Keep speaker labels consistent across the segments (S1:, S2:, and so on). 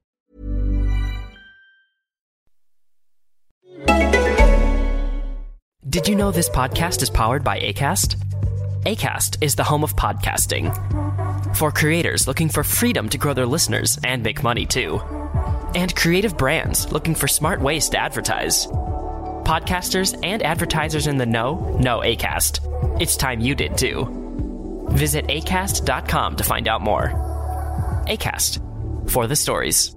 S1: Did you know this podcast is powered by ACAST? ACAST is the home of podcasting for creators looking for freedom to grow their listeners and make money too, and creative brands looking for smart ways to advertise. Podcasters and advertisers in the know know ACAST. It's time you did too. Visit acast.com to find out more. ACAST for the stories.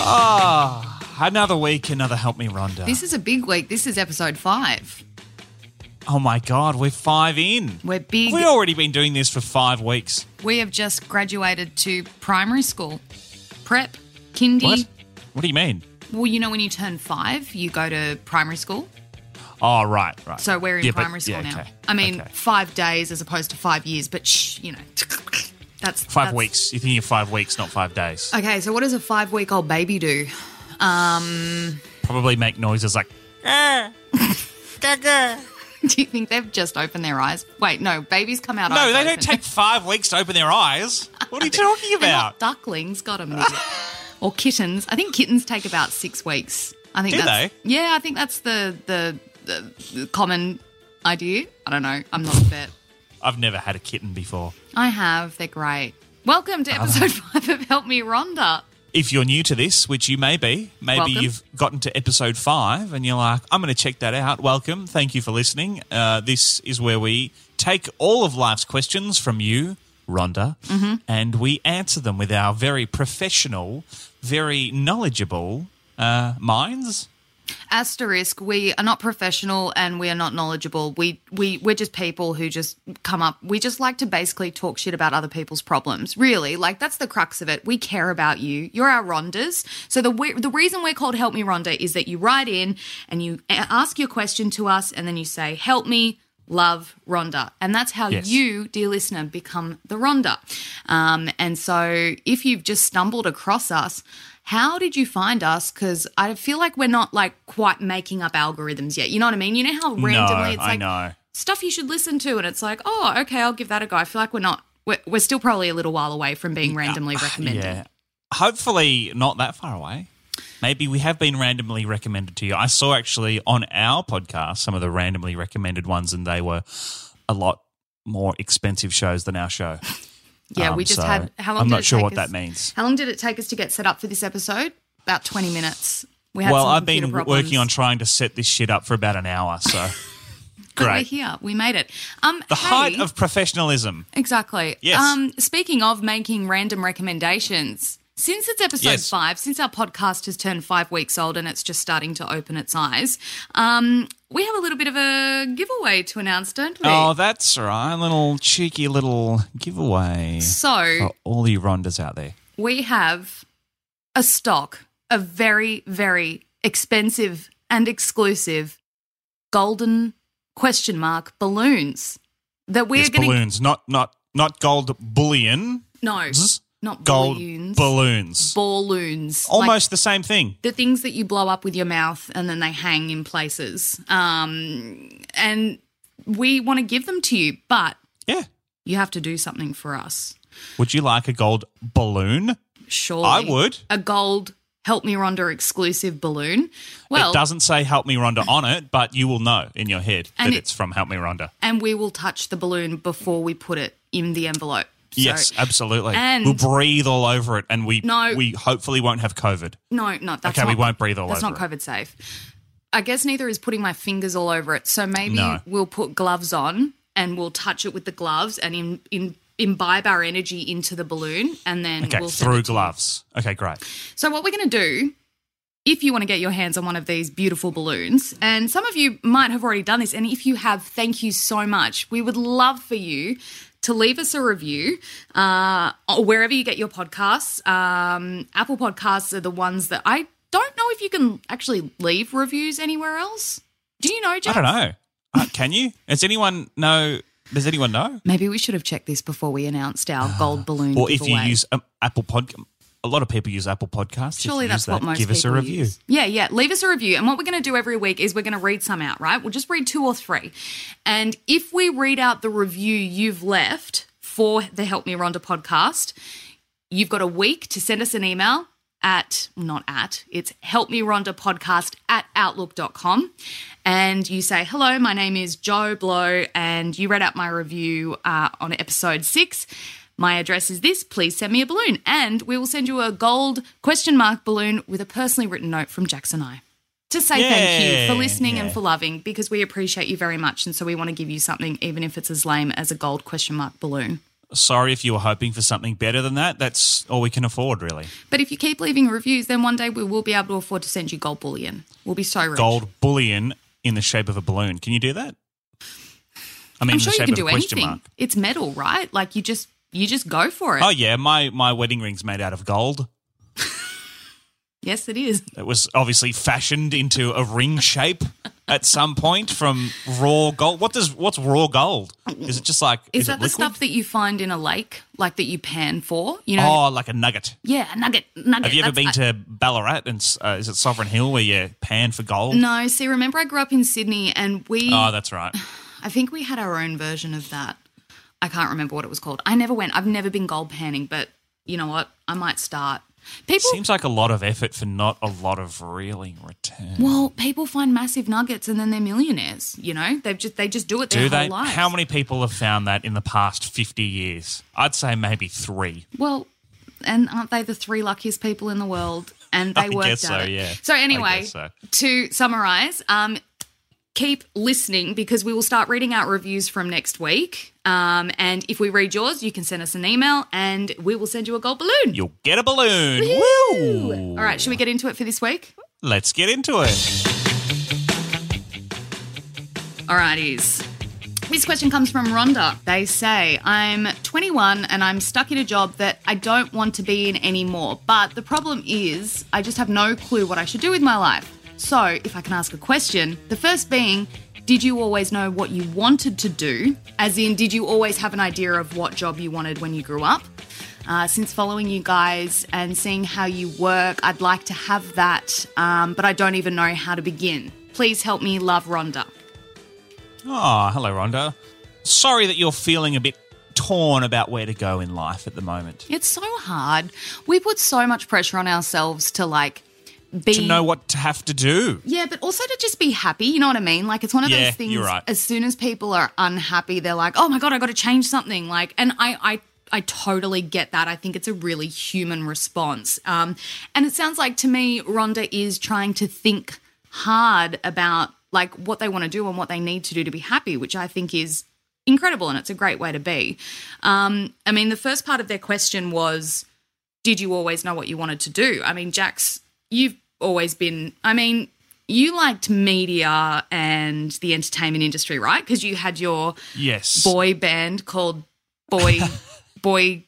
S2: Ah, another week, another help me, Rhonda.
S3: This is a big week. This is episode five.
S2: oh my God, we're five in.
S3: We're big.
S2: We've already been doing this for five weeks.
S3: We have just graduated to primary school, prep, kindy.
S2: What? What do you mean?
S3: Well, you know, when you turn five, you go to primary school.
S2: Oh, right, right.
S3: So we're in
S2: Yeah, but-
S3: primary school
S2: yeah,
S3: now.
S2: okay,
S3: I mean,
S2: okay.
S3: five days as opposed to five years, but shh, you know, that's
S2: Five
S3: that's-
S2: weeks. You think you're five weeks, not five days.
S3: Okay, so what does a five week old baby do? Um,
S2: Probably make noises like,
S3: do you think they've just opened their eyes? Wait, no, babies come out.
S2: no,
S3: eyes
S2: they don't
S3: open.
S2: take five weeks to open their eyes. What are you talking
S3: They're not
S2: about?
S3: ducklings got them or kittens. I think kittens take about six weeks. I think
S2: Do
S3: that's, Yeah, I think that's the, the the the common idea. I don't know. I'm not a vet.
S2: I've never had a kitten before.
S3: I have. They're great. Welcome to episode five of Help Me Rhonda.
S2: If you're new to this, which you may be, maybe
S3: Welcome.
S2: you've gotten to episode five and you're like, I'm going to check that out. Welcome. Thank you for listening. Uh, this is where we take all of life's questions from you, Rhonda,
S3: Mm-hmm.
S2: and we answer them with our very professional, very knowledgeable uh, minds.
S3: Asterisk, we are not professional and we are not knowledgeable. We we we're just people who just come up we just like to basically talk shit about other people's problems. Really, like that's the crux of it. We care about you. You're our Rondas. So the we- the reason we're called Help Me Ronda is that you write in and you a- ask your question to us and then you say help me love Rhonda. And that's how
S2: Yes.
S3: you, dear listener, become the Rhonda. Um, and so if you've just stumbled across us, how did you find us? Because I feel like we're not like quite making up algorithms yet. You know what I mean? You know how randomly
S2: no,
S3: it's
S2: I
S3: like
S2: know.
S3: stuff you should listen to, and it's like, oh, okay, I'll give that a go. I feel like we're not. We're, we're still probably a little while away from being randomly recommended.
S2: Ah, Yeah. Hopefully, not that far away. Maybe we have been randomly recommended to you. I saw actually on our podcast some of the randomly recommended ones, and they were a lot more expensive shows than our show.
S3: Yeah,
S2: Um,
S3: we just
S2: so
S3: had. How long?
S2: I'm
S3: did
S2: not
S3: it
S2: sure
S3: take
S2: what
S3: us-
S2: that means.
S3: How long did it take us to get set up for this episode? About 20 minutes. We had
S2: Well,
S3: some
S2: I've been
S3: computer
S2: w- working
S3: problems.
S2: on trying to set this shit up for about an hour, so
S3: But we're
S2: great.
S3: here. We made it. Um,
S2: The
S3: hey,
S2: height of professionalism.
S3: exactly.
S2: Yes.
S3: Um, speaking of making random recommendations, since it's episode
S2: Yes.
S3: five, since our podcast has turned five weeks old and it's just starting to open its eyes, um, we have a little bit of a giveaway to announce, don't we?
S2: Oh, that's right. A little cheeky little giveaway
S3: so
S2: Oh. for all you Rondas out there.
S3: we have a stock of very, very expensive and exclusive golden question mark balloons that we're
S2: Yes,
S3: going to
S2: balloons, not not not gold bullion.
S3: no not
S2: gold
S3: balloons
S2: balloons.
S3: balloons like
S2: Almost the same thing.
S3: the things that you blow up with your mouth and then they hang in places um, and we want to give them to you but
S2: Yeah.
S3: you have to do something for us
S2: Would you like a gold balloon?
S3: surely
S2: I would.
S3: a gold help me ronda exclusive balloon well
S2: it doesn't say "Help Me, Rhonda" on it, but you will know in your head that
S3: And it-
S2: it's from "Help Me, Rhonda."
S3: and we will touch the balloon before we put it in the envelope So-
S2: yes, absolutely.
S3: and-
S2: we'll breathe all over it, and we
S3: No.
S2: we hopefully won't have COVID.
S3: No, no, that's
S2: Okay,
S3: not,
S2: we won't breathe all
S3: That's
S2: over
S3: not COVID safe. I guess neither is putting my fingers all over it. So maybe
S2: No.
S3: we'll put gloves on and we'll touch it with the gloves and in, in, imbibe our energy into the balloon and then
S2: Okay,
S3: we'll send
S2: through
S3: it to you.
S2: gloves. Okay, great.
S3: So what we're going to do, if you want to get your hands on one of these beautiful balloons, and some of you might have already done this, and if you have, thank you so much. We would love for you to leave us a review uh, wherever you get your podcasts. Um, Apple Podcasts are the ones that I don't know if you can actually leave reviews anywhere else. Do you know,
S2: I
S3: Jeff?
S2: don't know. Uh, can you? Does anyone know? Does anyone know?
S3: Maybe we should have checked this before we announced our gold balloon
S2: Or if
S3: giveaway.
S2: you use um, Apple Pod, a lot of people use Apple Podcasts. If
S3: Surely
S2: you
S3: that's
S2: use that,
S3: what most
S2: Give
S3: people
S2: us a review.
S3: use. Yeah, yeah. Leave us a review, and what we're going to do every week is we're going to read some out. Right? We'll just read two or three, and if we read out the review you've left for the Help Me Rhonda podcast, you've got a week to send us an email at not at it's help me rhonda podcast at outlook.com and you say hello my name is joe blow and you read out my review uh, on episode six my address is this please send me a balloon and we will send you a gold question mark balloon with a personally written note from jackson i to say thank you for
S2: Yay.
S3: listening and
S2: Yeah.
S3: for loving because we appreciate you very much and so we want to give you something even if it's as lame as a gold question mark balloon
S2: Sorry if you were hoping for something better than that. That's all we can afford, really.
S3: But if you keep leaving reviews, then one day we will be able to afford to send you gold bullion. We'll be so rich.
S2: Gold bullion in the shape of a balloon. Can you do that? I mean,
S3: I'm
S2: in
S3: sure
S2: the shape of
S3: you can
S2: a
S3: do
S2: question
S3: anything.
S2: mark.
S3: It's metal, right? Like you just you just go for it.
S2: Oh yeah, my my wedding ring's made out of gold.
S3: Yes, it is.
S2: It was obviously fashioned into a ring shape at some point from raw gold. What does what's raw gold? Is it just like
S3: Is,
S2: is,
S3: that
S2: it
S3: the
S2: liquid?
S3: stuff that you find in a lake, like that you pan for? You know,
S2: Oh, like a nugget.
S3: yeah, a nugget, nugget.
S2: Have you ever been
S3: That's-
S2: to Ballarat and s- uh, is it Sovereign Hill where you pan for gold?
S3: No, see, remember I grew up in Sydney, and we.
S2: Oh, that's right.
S3: I think we had our own version of that. I can't remember what it was called. I never went. I've never been gold panning, but you know what? I might start. People
S2: Seems like a lot of effort for not a lot of really return.
S3: Well, people find massive nuggets and then they're millionaires. You know, they've just they just do it their
S2: Do
S3: whole
S2: they?
S3: life.
S2: How many people have found that in the past 50 years? I'd say maybe three.
S3: Well, and aren't they the three luckiest people in the world? And they
S2: I
S3: worked
S2: guess
S3: at
S2: so,
S3: it.
S2: yeah.
S3: So
S2: I
S3: anyway,
S2: guess so.
S3: to summarize, um, keep listening because we will start reading out reviews from next week. Um, and if we read yours, you can send us an email and we will send you a gold balloon.
S2: You'll get a balloon. Woo!
S3: All right, should we get into it for this week?
S2: Let's get into it.
S3: Alrighties. This question comes from Rhonda. They say, I'm 21 and I'm stuck in a job that I don't want to be in anymore. But the problem is, I just have no clue what I should do with my life. So, if I can ask a question, the first being, did you always know what you wanted to do? As in, did you always have an idea of what job you wanted when you grew up? Uh, since following you guys and seeing how you work, I'd like to have that, um, but I don't even know how to begin. Please help me love Rhonda.
S2: Oh, hello, Rhonda. Sorry that you're feeling a bit torn about where to go in life at the moment.
S3: It's so hard. We put so much pressure on ourselves to like be
S2: To know what to have to do.
S3: yeah, but also to just be happy. You know what I mean? Like it's one of
S2: Yeah,
S3: those things.
S2: you're right.
S3: As soon as people are unhappy, they're like, "Oh my god, I got to change something." Like, and I, I, I totally get that. I think it's a really human response. Um, and it sounds like to me, Rhonda is trying to think hard about like what they want to do and what they need to do to be happy, which I think is incredible and it's a great way to be. Um, I mean, the first part of their question was did you always know what you wanted to do? I mean, Jax, you've always been, I mean, you liked media and the entertainment industry, right? Because you had your
S2: Yes.
S3: boy band called Boy Boy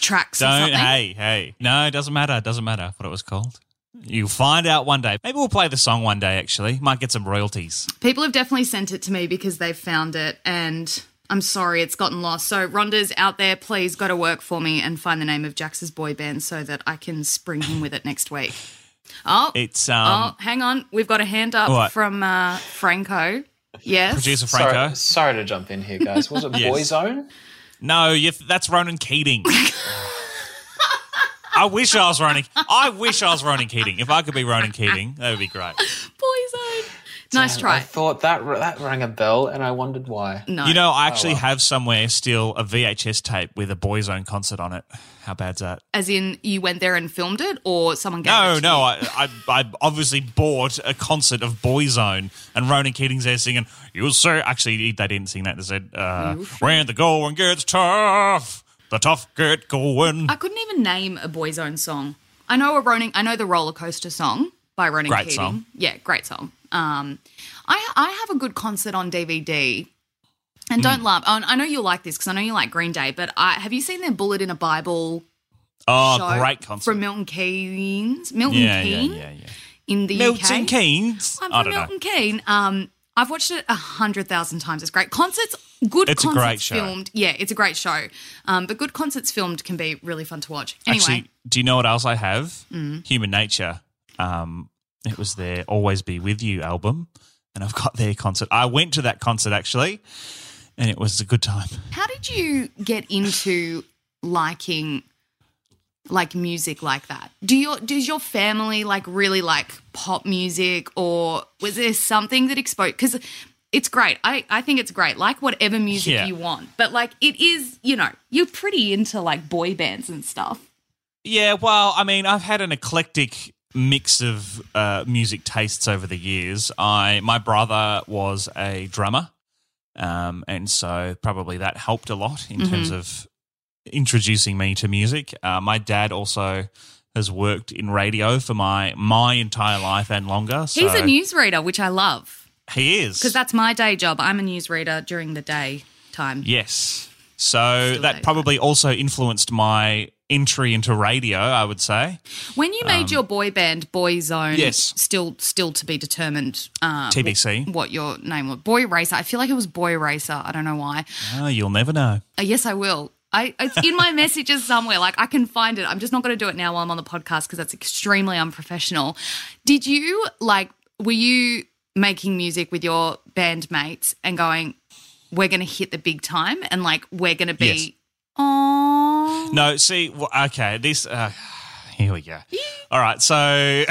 S3: tracks or
S2: Don't.
S3: something.
S2: Hey, hey. No, it doesn't matter. It doesn't matter what it was called. You'll find out one day. Maybe we'll play the song one day, actually. Might get some royalties.
S3: People have definitely sent it to me because they've found it, and I'm sorry it's gotten lost. So, Rhonda's out there, please go to work for me and find the name of Jax's boy band so that I can spring him with it next week. Oh,
S2: It's um,
S3: oh, hang on. We've got a hand up
S2: What?
S3: from uh, Franco. Yes.
S2: producer Franco.
S4: Sorry, sorry to jump in here, guys. Was it
S2: Yes.
S4: Boyzone?
S2: No, you that's Ronan Keating. I wish I was Ronan. I wish I was Ronan Keating. If I could be Ronan Keating, that would be great.
S3: Poison. Nice
S4: I
S3: try.
S4: thought that that rang a bell, and I wondered why.
S3: No.
S2: You know, I actually have somewhere still a VHS tape with a Boys Own concert on it. How bad's that?
S3: As in, you went there and filmed it, or someone gave it
S2: No,
S3: to
S2: no,
S3: you?
S2: I, I, I obviously bought a concert of Boyzone, and Ronan Keating's there singing. You sir, actually, he- they didn't sing that. They said, uh, "When the going gets tough, the tough get going."
S3: I couldn't even name a Boyzone song. I know a Ronin. I know the roller coaster song by Ronan
S2: Great
S3: Keating.
S2: song.
S3: Yeah, great song. Um, I I have a good concert on DVD, and
S2: Hmm.
S3: don't laugh. Oh, and I know you'll like this because I know you like Green Day. But I have you seen their Bullet in a Bible
S2: Oh,
S3: show
S2: great concert!
S3: from Milton Keynes? Milton
S2: yeah, yeah,
S3: Keynes
S2: yeah, yeah.
S3: in the UK.
S2: Milton Keynes.
S3: I'm
S2: I
S3: from
S2: don't know.
S3: Milton Keynes. Um, I've watched it a hundred thousand times. It's great. Concerts, good
S2: It's a
S3: concerts
S2: great show.
S3: filmed. Yeah, it's a great show. Um, but good concerts filmed can be really fun to watch. Anyway, Mm.
S2: Actually, do you know what else I have? Human Nature. Um, it was their Always Be With You album, and I've got their concert. I went to that concert actually, and it was a good time.
S3: how did you get into liking like music like that? Do your does your family like really like pop music, or was there something that exposed? Because it's great. I, I think it's great. Like whatever music
S2: Yeah.
S3: you want, but like it is, you know, you're pretty into like boy bands and stuff.
S2: Yeah, well, I mean, I've had an eclectic mix of uh, music tastes over the years. I my brother was a drummer, um, and so probably that helped a lot in terms
S3: Mm-hmm.
S2: of introducing me to music. Uh, my dad also has worked in radio for my my entire life and longer. So
S3: He's a newsreader, which I love.
S2: he is
S3: Because that's my day job. I'm a newsreader during the day time.
S2: Yes. So
S3: Still
S2: that
S3: don't
S2: probably also influenced my entry into radio. I would say
S3: When you made your boy band Boy Zone,
S2: um, Yes.
S3: still still to be determined uh,
S2: TBC.
S3: what your name was. Boy Racer. I feel like it was Boy Racer. I don't know why.
S2: Oh, you'll never know.
S3: Uh, yes, I will. I, it's in my messages somewhere. Like I can find it. I'm just not going to do it now while I'm on the podcast because that's extremely unprofessional. Did you like? Were you making music with your bandmates and going? We're going to hit the big time and like we're going to
S2: Yes.
S3: be. Oh,
S2: No, see, w okay, this. Uh, here we go. All right, so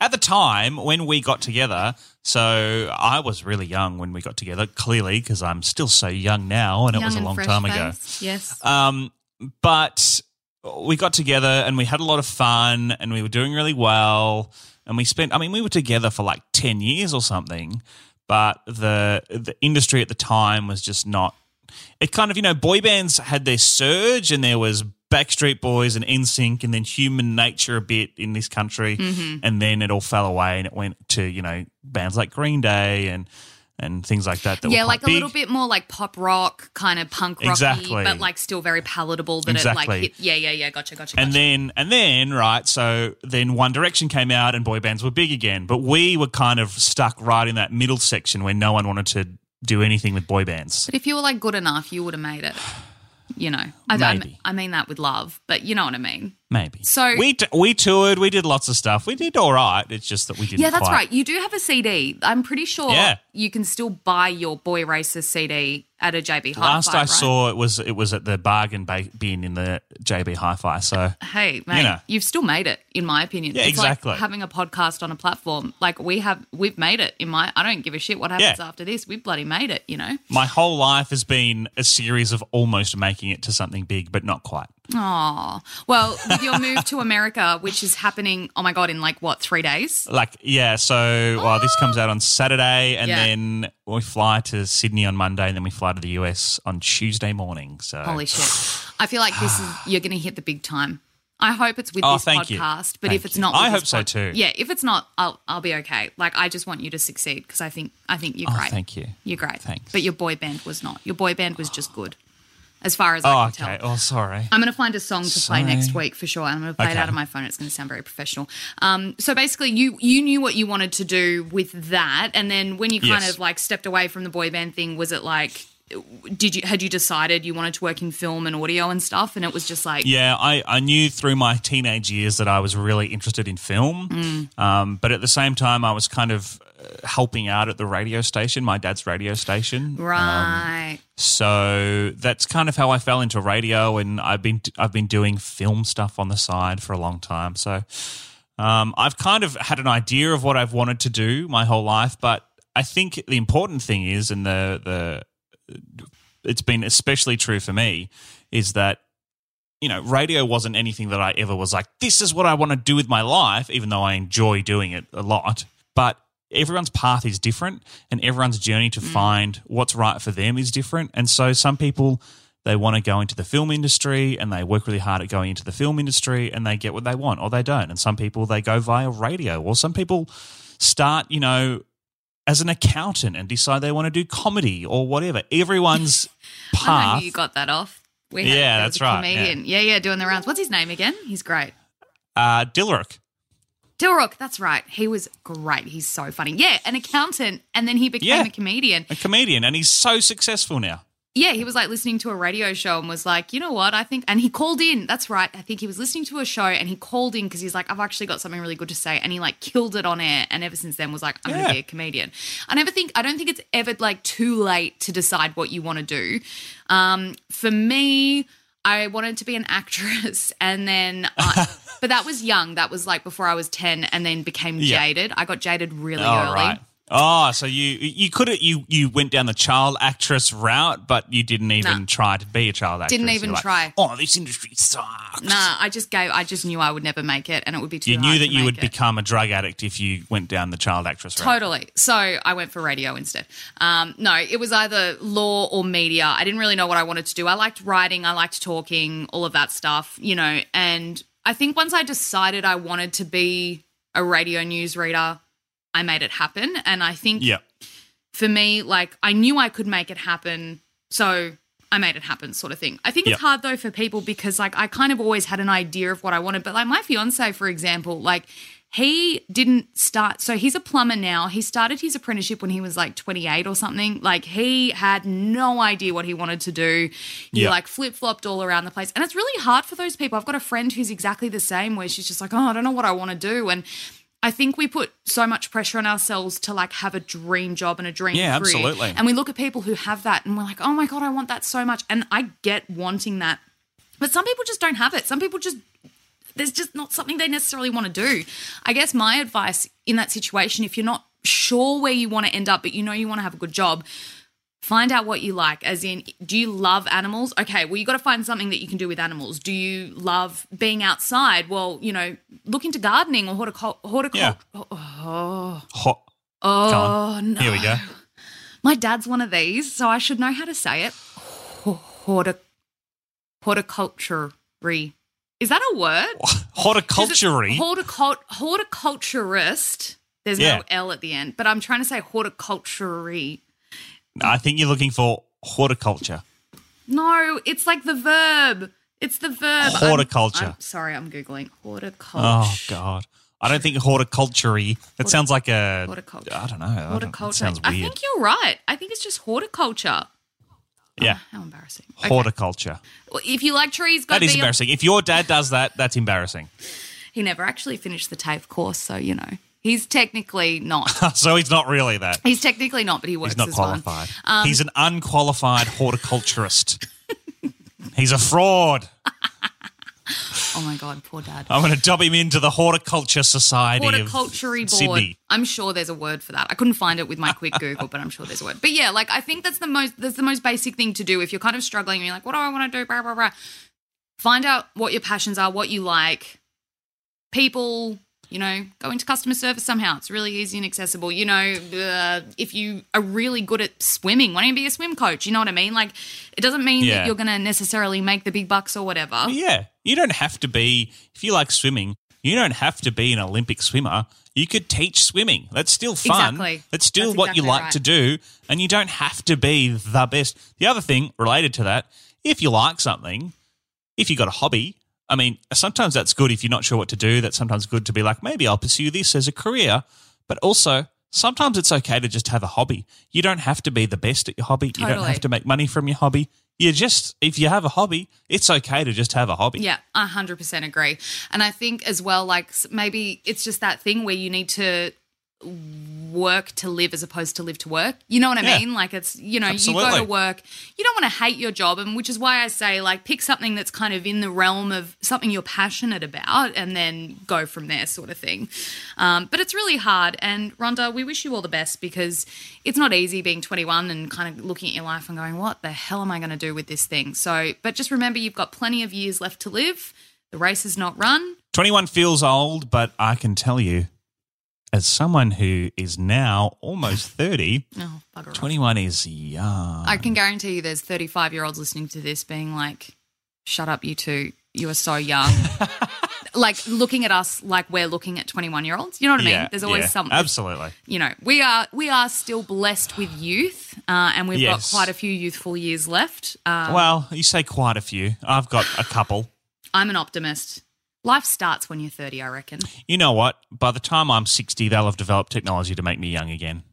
S2: at the time when we got together, so I was really young when we got together, clearly because I'm still so young now, and it was a long time ago.
S3: Yes.
S2: Um, but we got together and we had a lot of fun and we were doing really well. And we spent, I mean, we were together for like 10 years or something, but the, the industry at the time was just not, it kind of, you know, boy bands had their surge and there was Backstreet Boys and NSYNC and then Human Nature a bit in this country.
S3: Mm-hmm.
S2: And then it all fell away and it went to, you know, bands like Green Day and, and things like that. that were
S3: yeah,
S2: quite
S3: like a
S2: big.
S3: little bit more like pop rock, kind of punk rocky,
S2: Exactly.
S3: but like still very palatable. That it
S2: Exactly.
S3: like hit, yeah, yeah, yeah. Gotcha, gotcha. gotcha.
S2: And then, and then, right? So then, One Direction came out, and boy bands were big again. But we were kind of stuck right in that middle section where no one wanted to do anything with boy bands.
S3: But if you were like good enough, you would have made it. You know, I, I-
S2: Maybe.
S3: I mean that with love, but you know what I mean.
S2: Maybe.
S3: So-
S2: we t- we toured, we did lots of stuff. We did all right. It's just that we didn't.
S3: yeah, that's
S2: quite-
S3: right. You do have a CD. I'm pretty sure
S2: Yeah.
S3: you can still buy your Boy Racer CD at a JB Hi-Fi.
S2: Last I
S3: right?
S2: saw, it was it was at the bargain ba- bin in the JB Hi-Fi. So
S3: Hey, mate, you
S2: know.
S3: have still made it, in my opinion.
S2: Yeah,
S3: it's
S2: exactly.
S3: Like having a podcast on a platform, like we have, we've made it. In my, I don't give a shit what happens
S2: Yeah.
S3: after this. We bloody made it, you know.
S2: my whole life has been a series of almost making it to something big, but not quite.
S3: Oh well, with your move to America, which is happening, oh my god, in like what three days?
S2: Like, yeah, so well, this comes out on Saturday, and
S3: Yeah.
S2: then we fly to Sydney on Monday, and then we fly to the US on Tuesday morning. So,
S3: Holy shit! I feel like this is you're going to hit the big time. I hope it's with
S2: Oh,
S3: this
S2: thank you.
S3: podcast, but
S2: Thank
S3: if it's
S2: you.
S3: not,
S2: I
S3: with
S2: hope
S3: this
S2: so
S3: pod-
S2: too.
S3: Yeah, if it's not, I'll I'll be okay. Like I just want you to succeed because I think I think you're
S2: Oh,
S3: great.
S2: thank you.
S3: You're great.
S2: Thanks.
S3: But your boy band was not. Your boy band was just good. as far as
S2: Oh,
S3: I can
S2: okay.
S3: tell.
S2: Oh, sorry.
S3: I'm going to find a song to play
S2: Sorry.
S3: next week for sure. and I'm going to play it
S2: Okay.
S3: out of my phone. It's going to sound very professional. Um, so basically, you you knew what you wanted to do with that, and then when you kind
S2: Yes.
S3: of like stepped away from the boy band thing, was it like did you had you decided you wanted to work in film and audio and stuff, and it was just like
S2: Yeah, I, I knew through my teenage years that I was really interested in film.
S3: Mm.
S2: Um, but at the same time, I was kind of uh, helping out at the radio station, my dad's radio station.
S3: right,
S2: So that's kind of how I fell into radio, and I've been I've been doing film stuff on the side for a long time. So um, I've kind of had an idea of what I've wanted to do my whole life, but I think the important thing is, and the the it's been especially true for me, is that you know radio wasn't anything that I ever was like this is what I want to do with my life, even though I enjoy doing it a lot, but everyone's path is different and everyone's journey
S3: Mm.
S2: to find what's right for them is different. And so some people they want to go into the film industry and they work really hard at going into the film industry and they get what they want or they don't. And some people they go via radio or some people start, you know, as an accountant and decide they want to do comedy or whatever. Everyone's
S3: I
S2: path
S3: know you got that off. We
S2: Yeah,
S3: had, there
S2: that's
S3: was a
S2: right, yeah.
S3: Comedian, yeah. yeah, doing the rounds. What's his name again? He's great.
S2: uh Dilrook.
S3: Dilrook, that's right. He was great. He's so funny. Yeah, an accountant, and then he became
S2: Yeah.
S3: a comedian.
S2: A comedian and he's so successful now.
S3: Yeah, he was like listening to a radio show and was like, you know what? I think, and he called in. That's right. I think he was listening to a show and he called in because he's like, I've actually got something really good to say. And he like killed it on air. And ever since then was like, I'm going
S2: Yeah.
S3: to be a comedian. I never think, I don't think it's ever like too late to decide what you want to do. Um, for me, I wanted to be an actress. And then, I, but that was young. That was like before I was 10 and then became
S2: Yeah.
S3: jaded. I got jaded really
S2: All
S3: early.
S2: right. Oh, so you you could have you you went down the child actress route, but you didn't even
S3: Nah.
S2: try to be a child actress.
S3: Didn't even
S2: You're like,
S3: try.
S2: Oh, this industry sucks.
S3: Nah, Uh, I just gave, I just knew I would never make it and it would be too
S2: you knew
S3: hard
S2: that
S3: to
S2: you would
S3: make it.
S2: become a drug addict if you went down the child actress route.
S3: Totally. So I went for radio instead. Um, no, it was either law or media. I didn't really know what I wanted to do. I liked writing, I liked talking, all of that stuff, you know. And I think once I decided I wanted to be a radio newsreader, I made it happen. And I think
S2: Yeah.
S3: for me, like I knew I could make it happen, so I made it happen, sort of thing. I think
S2: Yep.
S3: it's hard though for people because like I kind of always had an idea of what I wanted, but like my fiance, for example, like he didn't start so he's a plumber now. He started his apprenticeship when he was like 28 or something. Like he had no idea what he wanted to do. He
S2: Yep.
S3: like flip flopped all around the place. And it's really hard for those people. I've got a friend who's exactly the same where she's just like, oh, I don't know what I want to do. And I think we put so much pressure on ourselves to like have a dream job and a dream
S2: Yeah,
S3: career.
S2: absolutely.
S3: And we look at people who have that and we're like, oh my God, I want that so much. And I get wanting that. But some people just don't have it. Some people just, there's just not something they necessarily want to do. I guess my advice in that situation, if you're not sure where you want to end up, but you know you want to have a good job, find out what you like as in do you love animals okay well you got to find something that you can do with animals do you love being outside well you know look into gardening or horticulture
S2: Yeah. Ho-
S3: oh
S2: Go on.
S3: no
S2: Here we go.
S3: my dad's one of these so i should know how to say it Horti- horticulture is that a word
S2: Horticulture.
S3: Horticult- horticulturist there's
S2: Yeah.
S3: no l at the end but i'm trying to say horticulture
S2: I think you're looking for horticulture.
S3: No, it's like the verb. It's the verb. I'm-
S2: Horticulture.
S3: I'm, sorry, I'm googling horticulture.
S2: Oh God. I don't think horticulture. That sounds like a.
S3: Horticulture.
S2: I don't know. I don't- it
S3: Horticulture.
S2: sounds
S3: I
S2: weird.
S3: think you're right. I think it's just horticulture. Oh,
S2: yeah.
S3: How embarrassing. Okay.
S2: Horticulture.
S3: Well, if you like trees, got
S2: That
S3: to
S2: is
S3: be. a-
S2: embarrassing. If your dad does that, that's embarrassing.
S3: he never actually finished the TAFE course, so you know he's technically not.
S2: so he's not really that.
S3: he's technically not, but he works
S2: He's not
S3: as
S2: qualified.
S3: one. Um,
S2: He's an unqualified horticulturist. He's a fraud.
S3: oh my god, poor dad.
S2: I'm going to dob him into the Horticulture Society
S3: horticulture board.
S2: of Sydney.
S3: I'm sure there's a word for that. I couldn't find it with my quick Google, but I'm sure there's a word. But yeah, like I think that's the most that's the most basic thing to do if you're kind of struggling and you're like, what do I want to do? Blah blah blah. Find out what your passions are, what you like. People, you know, go into customer service somehow. It's really easy and accessible. You know, uh, if you are really good at swimming, why don't you be a swim coach? You know what I mean? Like, it doesn't mean
S2: Yeah.
S3: that you're going to necessarily make the big bucks or whatever.
S2: Yeah, you don't have to be, if you like swimming, you don't have to be an Olympic swimmer. You could teach swimming. That's still fun.
S3: Exactly.
S2: That's still
S3: That's
S2: what you
S3: exactly
S2: like
S3: right.
S2: to do. And you don't have to be the best. The other thing related to that if you like something, if you got a hobby, I mean, sometimes that's good if you're not sure what to do. That's sometimes good to be like, maybe I'll pursue this as a career. But also, sometimes it's okay to just have a hobby. You don't have to be the best at your hobby. You don't
S3: Totally.
S2: have to make money from your hobby. You just, if you have a hobby, it's okay to just have a hobby.
S3: Yeah, I 100% agree. And I think as well, like s- maybe it's just that thing where you need to work to live as opposed to live to work. You know what I
S2: Yeah.
S3: mean? Like it's, you know, you go
S2: Absolutely.
S3: to work, you don't want to hate your job. And which is why I say, like, pick something that's kind of in the realm of something you're passionate about and then go from there, sort of thing. Um, but it's really hard. And Rhonda, we wish you all the best because it's not easy being 21 and kind of looking at your life and going, what the hell am I going to do with this thing? So, but just remember, you've got plenty of years left to live. The race is not run.
S2: 21 feels old, but I can tell you, as someone who is now almost 30,
S3: Oh, bugger off.
S2: 21 is young.
S3: I can guarantee you there's 35 year olds listening to this being like, shut up, you two. You are so young. like looking at us like we're looking at 21 year olds. You know what I mean? there's always
S2: yeah,
S3: something.
S2: Absolutely.
S3: You know, we are we are still blessed with youth, uh, and we've
S2: Yes.
S3: got quite a few youthful years left. Uh,
S2: well, you say quite a few. I've got a couple.
S3: I'm an optimist. Life starts when you're 30, I reckon.
S2: You know what? By the time I'm 60, they'll have developed technology to make me young again.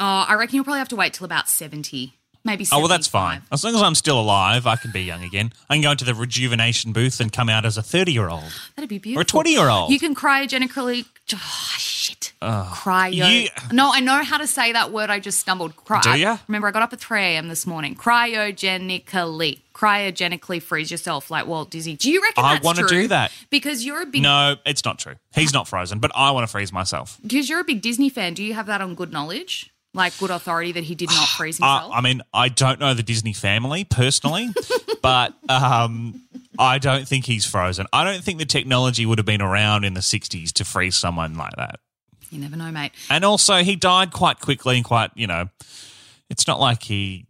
S3: Oh, I reckon you'll probably have to wait till about 70, maybe. 75.
S2: Oh, well, that's fine. As long as I'm still alive, I can be young again. I can go into the rejuvenation booth and come out as a 30 year old.
S3: That'd be beautiful.
S2: 20-year-old.
S3: You can cryogenically. Oh, shit. Cryo.
S2: You-
S3: no, I know how to say that word. I just stumbled. Cry-
S2: Do ya?
S3: Remember, I got up at 3 a.m. this morning. Cryogenically. Cryogenically freeze yourself like Walt Disney. Do you reckon
S2: I
S3: that's
S2: wanna
S3: true?
S2: do that.
S3: Because you're a big
S2: No, it's not true. He's not frozen, but I want to freeze myself.
S3: because you're a big Disney fan. Do you have that on good knowledge? Like good authority that he did not freeze
S2: I,
S3: himself?
S2: I mean, I don't know the Disney family personally, but um, I don't think he's frozen. I don't think the technology would have been around in the 60s to freeze someone like that.
S3: you never know, mate.
S2: And also, he died quite quickly and quite, you know, it's not like he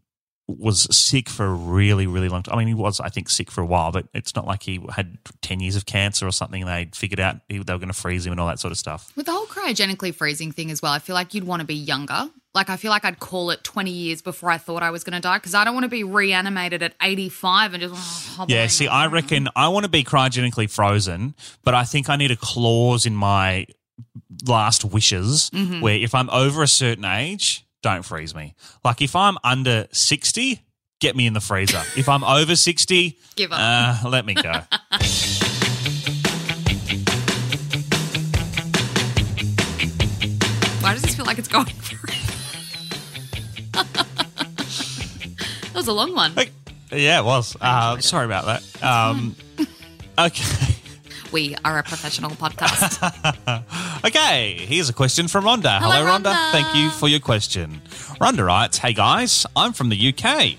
S2: was sick for a really, really long time. I mean, he was, I think, sick for a while, but it's not like he had 10 years of cancer or something. and They figured out he, they were going to freeze him and all that sort of stuff.
S3: With the whole cryogenically freezing thing as well, I feel like you'd want to be younger. Like, I feel like I'd call it 20 years before I thought I was going to die because I don't want to be reanimated at 85 and just. oh, hobbling.
S2: Yeah, see, I reckon I want to be cryogenically frozen, but I think I need a clause in my last wishes
S3: Mm-hmm.
S2: where if I'm over a certain age, don't freeze me. Like if I'm under 60, get me in the freezer. if I'm over 60,
S3: Give up.
S2: Uh, let me go.
S3: Why does this feel like it's going forever? that was a long one.
S2: Like, yeah, it was. Uh, sorry about that. Um, okay.
S3: We are a professional podcast.
S2: Okay, here's a question from Rhonda. Hello,
S3: Hello,
S2: Rhonda.
S3: Rhonda.
S2: Thank you for your question. Rhonda writes Hey guys, I'm from the UK.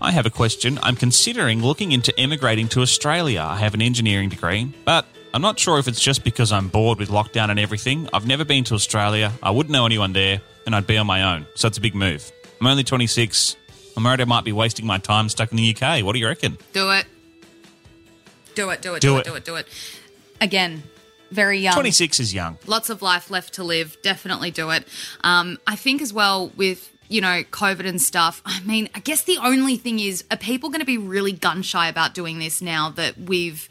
S2: I have a question. I'm considering looking into emigrating to Australia. I have an engineering degree, but I'm not sure if it's just because I'm bored with lockdown and everything. I've never been to Australia. I wouldn't know anyone there, and I'd be on my own. So it's a big move. I'm only 26. I'm worried I might be wasting my time stuck in the UK. What do you reckon?
S3: do it. Do it, do it, do,
S2: Do
S3: it.
S2: it.
S3: do it, do it. Again, very young.
S2: 26 is young.
S3: lots of life left to live. Definitely do it. Um, I think as well with you know COVID and stuff. I mean, I guess the only thing is, are people going to be really gun shy about doing this now that we've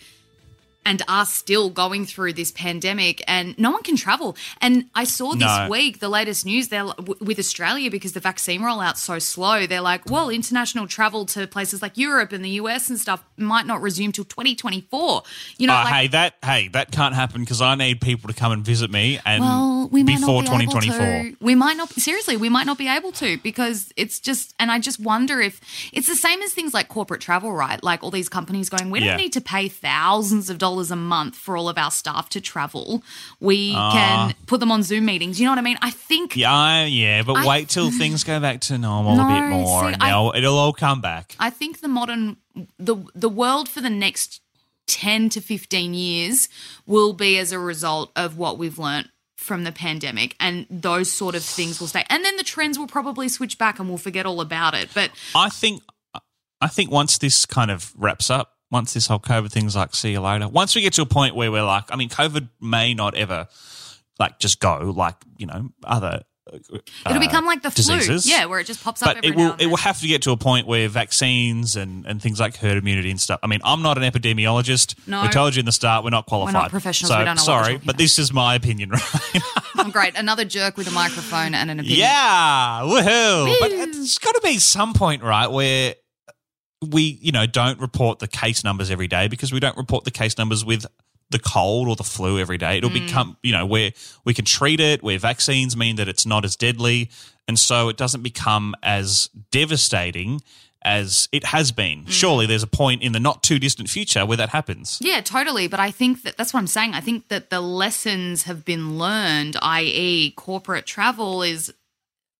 S3: and are still going through this pandemic and no one can travel and i saw this
S2: No.
S3: week the latest news there w- with australia because the vaccine rollout's so slow they're like well international travel to places like europe and the us and stuff might not resume till 2024 you know
S2: Uh,
S3: like,
S2: hey, that hey, that can't happen because I need people to come and visit me, and
S3: well, we might
S2: before
S3: not be
S2: 2024.
S3: Able to. We might not seriously. We might not be able to because it's just. And I just wonder if it's the same as things like corporate travel, right? Like all these companies going, we don't
S2: Yeah.
S3: need to pay thousands of dollars a month for all of our staff to travel. We
S2: Ah.
S3: can put them on Zoom meetings. You know what I mean? I think.
S2: Yeah, I- yeah, but
S3: I-
S2: wait till things go back to normal a
S3: No,
S2: bit more,
S3: see,
S2: and
S3: I-
S2: they'll- it'll all come back.
S3: I think the modern the the world for the next 10 to 15 years will be as a result of what we've learnt from the pandemic and those sort of things will stay and then the trends will probably switch back and we'll forget all about it but
S2: I think, I think once this kind of wraps up, once this whole COVID thing's like, see you later. Once we get to a point where we're like, I mean, COVID may not ever like just go, like you know, other uh,
S3: It'll become like the
S2: diseases.
S3: flu, yeah, where it just pops up.
S2: but
S3: every
S2: it
S3: now
S2: will
S3: and
S2: it
S3: then. Oh,
S2: will have to get to a point where vaccines and, and things like herd immunity and stuff. I mean, I'm not an epidemiologist.
S3: No.
S2: We told you in the start we're not qualified.
S3: professionals.
S2: So
S3: We don't know what we're
S2: sorry,
S3: talking
S2: but
S3: about.
S2: this is my opinion, right?
S3: Oh, great, another jerk with a microphone and an opinion.
S2: yeah, woohoo! But it's got to be some point, right, where we you know don't report the case numbers every day because we don't report the case numbers with the cold or the flu every day. It'll become you know where we can treat it, where vaccines mean that it's not as deadly, and so it doesn't become as devastating. As it has been, surely there's a point in the not too distant future where that happens.
S3: Yeah, totally. But I think that that's what I'm saying. I think that the lessons have been learned, i.e., corporate travel is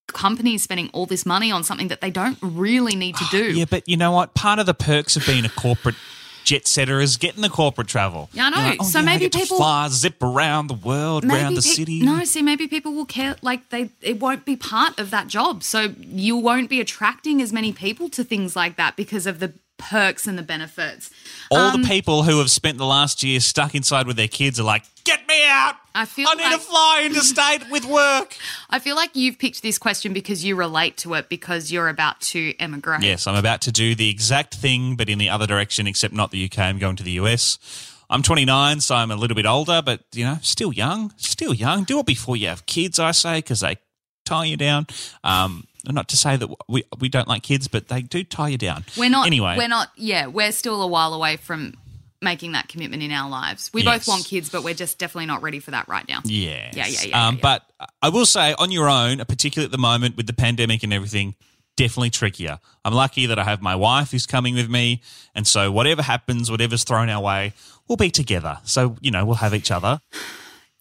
S3: companies spending all this money on something that they don't really need to do.
S2: Ah, Yeah, but you know what? Part of the perks of being a corporate jet setter is getting the corporate travel.
S3: Yeah, I know.
S2: You're oh,
S3: So
S2: I
S3: maybe
S2: get to
S3: people-
S2: fly, zip around the world, around the
S3: pe-
S2: city.
S3: No, see, maybe people will care. Like they, it won't be part of that job, so you won't be attracting as many people to things like that because of the perks and the benefits.
S2: All
S3: um,
S2: the people who have spent the last year stuck inside with their kids are like, "Get me out!
S3: I feel
S2: I need
S3: like-
S2: to fly interstate with work."
S3: I feel like you've picked this question because you relate to it because you're about to emigrate.
S2: Yes, I'm about to do the exact thing, but in the other direction, except not the UK. I'm going to the US. I'm 29, so I'm a little bit older, but you know, still young, still young. Do it before you have kids, I say, because they tie you down. Um, not to say that we we don't like kids, but they do tie you down.
S3: We're not.
S2: anyway.
S3: We're not. Yeah, we're still a while away from making that commitment in our lives. We
S2: Yes.
S3: both want kids, but we're just definitely not ready for that right now.
S2: Yes.
S3: Yeah, yeah, yeah,
S2: Um,
S3: yeah,
S2: But I will say, on your own, particularly at the moment with the pandemic and everything, definitely trickier. I'm lucky that I have my wife who's coming with me. And so, whatever happens, whatever's thrown our way, we'll be together. So, you know, we'll have each other.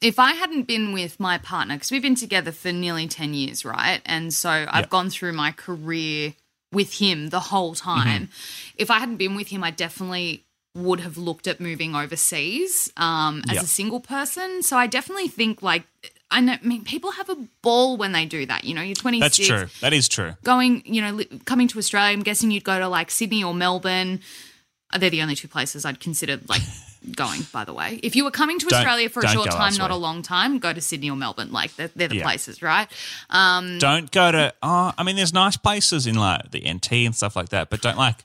S3: If I hadn't been with my partner, because we've been together for nearly 10 years, right? And so I've gone through my career with him the whole
S2: Mm-hmm.
S3: time. If I hadn't been with him, I definitely would have looked at moving overseas um, as
S2: Yeah.
S3: a single person. So I definitely think, like, I, know, I mean, people have a ball when they do that. You know, you're 26.
S2: That's true. That is true.
S3: going, you know, li- coming to Australia, I'm guessing you'd go to like Sydney or Melbourne. Uh, They're the only two places I'd consider like going, by the way. If you were coming to
S2: Don't-
S3: Australia for a
S2: don't
S3: short
S2: go
S3: time, not a
S2: elsewhere.
S3: long time, go to Sydney or Melbourne. Like they're, they're the
S2: Yeah.
S3: places, right? Um,
S2: Don't go to, oh, I mean, there's nice places in like the NT and stuff like that, but don't like.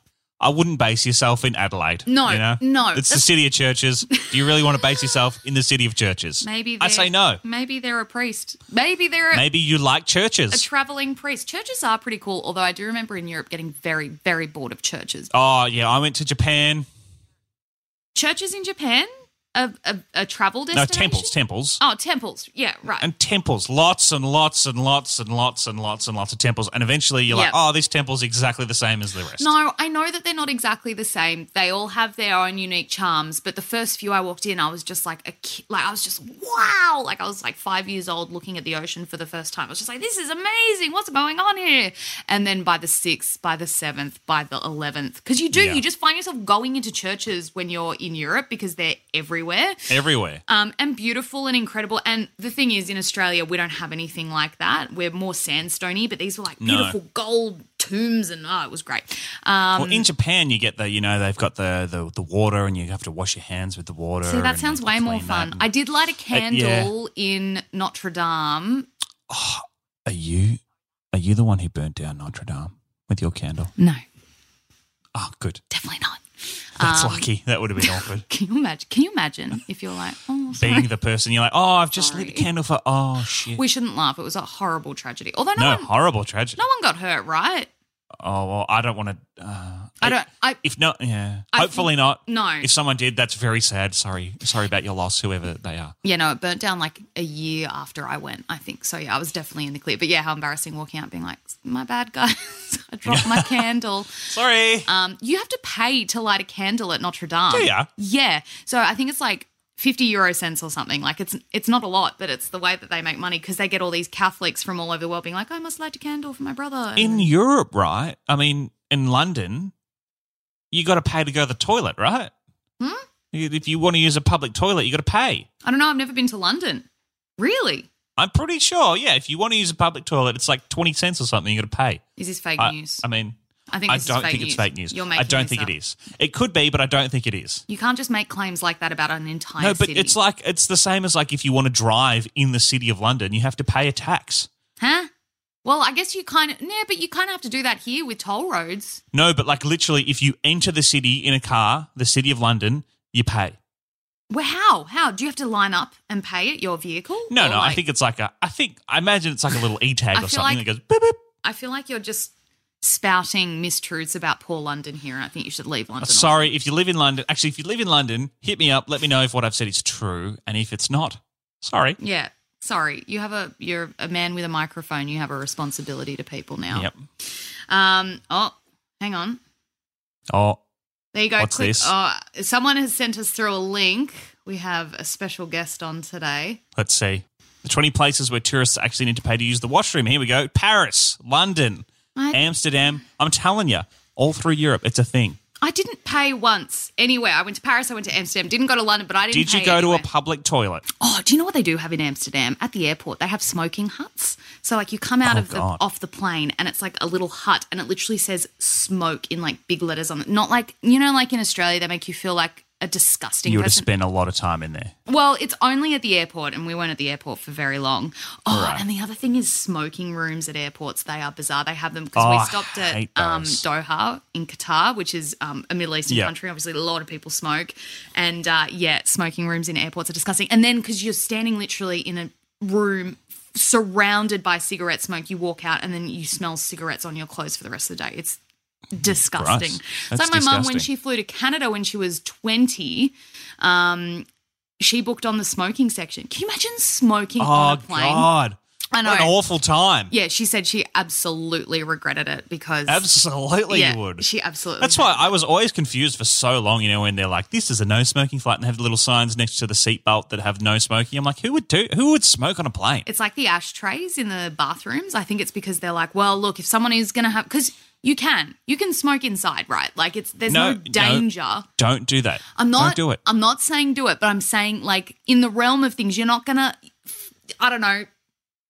S2: I wouldn't base yourself in Adelaide.
S3: No,
S2: you know?
S3: no.
S2: It's the
S3: That's-
S2: city of churches. Do you really want to base yourself in the city of churches?
S3: maybe
S2: I
S3: they're-
S2: say no.
S3: Maybe they're a priest. Maybe they're a,
S2: Maybe you like
S3: a
S2: churches.
S3: traveling priest. Churches are pretty cool, although I do remember in Europe getting very, very bored of churches.
S2: Oh yeah, I went to Japan.
S3: Churches in Japan, a, a, a travel
S2: No
S3: destination.
S2: temples, temples,
S3: Oh, temples. Yeah, right.
S2: and temples. Lots and lots and lots and lots and lots and lots of temples. And eventually, you're
S3: Yeah.
S2: like, oh, this temple's exactly the same as the rest.
S3: No, I know that they're not exactly the same. They all have their own unique charms, but the first few I walked in, I was just like a kid, like I was just wow, like I was like 5 years old looking at the ocean for the first time. I was just like this is amazing. What's going on here? And then by the 6th, by the 7th, by the 11th cuz you do
S2: Yeah.
S3: you just find yourself going into churches when you're in Europe because they're everywhere
S2: everywhere.
S3: um, and beautiful and incredible. And the thing is, in Australia, we don't have anything like that. We're more sandstony, but these were like
S2: No.
S3: beautiful gold tombs, and oh, it was great. Um,
S2: well, in Japan, you get the, you know, they've got the the, the water, and you have to wash your hands with the water.
S3: see, that
S2: and
S3: sounds
S2: you
S3: way
S2: clean
S3: more
S2: that Uh,
S3: fun.
S2: and-
S3: I did light a candle in Notre Dame.
S2: are you are you the one who burnt down Notre Dame with your candle?
S3: No,
S2: Oh, good.
S3: definitely not. Um,
S2: That's lucky. That would have been awkward.
S3: Can you imagine? Can you imagine if you're like, oh, sorry.
S2: Being the person you're like, oh, I've just
S3: Sorry.
S2: lit the candle for. Oh shit.
S3: we shouldn't laugh. It was a horrible tragedy. Although no,
S2: no,
S3: one,
S2: horrible tragedy.
S3: no one got hurt, right?
S2: Oh well, I don't want to. Uh,
S3: I don't. I
S2: If not, yeah.
S3: I
S2: Hopefully not.
S3: no.
S2: If someone did, that's very sad. Sorry. Sorry about your loss, whoever they are.
S3: Yeah, no, it burnt down like a year after I went, I think. So yeah, I was definitely in the clear. But yeah, how embarrassing walking out being like, my bad guys, I dropped my candle.
S2: Sorry.
S3: Um, you have to pay to light a candle at Notre Dame.
S2: Do ya?
S3: Yeah. So I think it's like 50 euro cents or something. Like it's it's not a lot, but it's the way that they make money because they get all these Catholics from all over the world being like, I must light a candle for my brother.
S2: in
S3: And-
S2: Europe, right? I mean, in London, you got to pay to go to the toilet, right?
S3: Hmm?
S2: You- If you want to use a public toilet, you got to pay.
S3: I don't know, I've never been to London. Really?
S2: I'm pretty sure. Yeah. If you want to use a public toilet, it's like 20 cents or something. You got to pay.
S3: Is this fake
S2: I,
S3: news?
S2: I mean,
S3: I think
S2: I
S3: this is
S2: don't think it's fake news.
S3: You're making
S2: I don't
S3: this
S2: think
S3: up.
S2: it is. It could be, but I don't think it is.
S3: You can't just make claims like that about an entire
S2: No, but
S3: city.
S2: it's like it's the same as like if you want to drive in the city of London, you have to pay a tax.
S3: Huh? Well, I guess you kind of, yeah, but you kind of have to do that here with toll roads.
S2: No, but like literally, if you enter the city in a car, the city of London, you pay.
S3: Well, how? How? Do you have to line up and pay at your vehicle?
S2: No,
S3: Or
S2: no, I
S3: like-
S2: think it's like a. I think I imagine it's like a little e
S3: Oh I
S2: tag or
S3: feel
S2: something
S3: like-
S2: that goes boop boop.
S3: I feel like you're just spouting mistruths about poor London here, and I think you should leave London.
S2: Oh, Sorry, if you live in London, actually, if you live in London, hit me up. Let me know if what I've said is true, and if it's not, sorry.
S3: Yeah. Sorry, you have a you're a man with a microphone. You have a responsibility to people now.
S2: Yep.
S3: Um. Oh, hang on.
S2: Oh,
S3: There you go.
S2: What's
S3: Click-
S2: this?
S3: Oh, someone has sent us through a link. We have a special guest on today.
S2: let's see. The twenty places where tourists actually need to pay to use the washroom. Here we go: Paris, London,
S3: I-
S2: Amsterdam. I'm telling you, all through Europe, it's a thing.
S3: I didn't pay once anywhere. I went to Paris. I went to Amsterdam. Didn't go to London, but I didn't.
S2: Did you
S3: pay
S2: go
S3: anywhere.
S2: to a public toilet?
S3: Oh, do you know what they do have in Amsterdam? At the airport, they have smoking huts. So like you come out
S2: Oh,
S3: of the
S2: God.
S3: off the plane and it's like a little hut and it literally says smoke in like big letters on it. Not like you know, like in Australia, they make you feel like a disgusting
S2: You would have
S3: person.
S2: spent a lot of time in there.
S3: well, it's only at the airport and we weren't at the airport for very long. Oh, and the other thing is smoking rooms at airports. They are bizarre. They have them because
S2: Oh,
S3: we
S2: I
S3: stopped at
S2: hate
S3: um,
S2: those.
S3: Doha in Qatar, which is um, a Middle Eastern
S2: Yeah.
S3: country. Obviously, a lot of people smoke, and uh, yeah, smoking rooms in airports are disgusting. And then because you're standing literally in a room surrounded by cigarette smoke, you walk out and then you smell cigarettes on your clothes for the rest of the day. It's disgusting. It's
S2: Mm, That's
S3: like my mum when
S2: disgusting.
S3: she flew to Canada when she was twenty. Um, she booked on the smoking section. Can you imagine smoking on
S2: Oh
S3: a plane?
S2: God!
S3: I know.
S2: What an awful time.
S3: Yeah, she said she absolutely regretted it because
S2: Absolutely,
S3: yeah,
S2: you would.
S3: She absolutely.
S2: That's why I was always confused for so long, you know, when they're like, "This is a no smoking flight," and they have little signs next to the seatbelt that have no smoking. I'm like, who would do? Who would smoke on a plane?
S3: It's like the ashtrays in the bathrooms. I think it's because they're like, well, look, if someone is going to have, because you can, you can smoke inside, right? Like it's there's no, danger.
S2: Don't do that.
S3: I'm
S2: Don't
S3: not.
S2: do it.
S3: I'm not saying do it, but I'm saying like in the realm of things, you're not gonna. I don't know,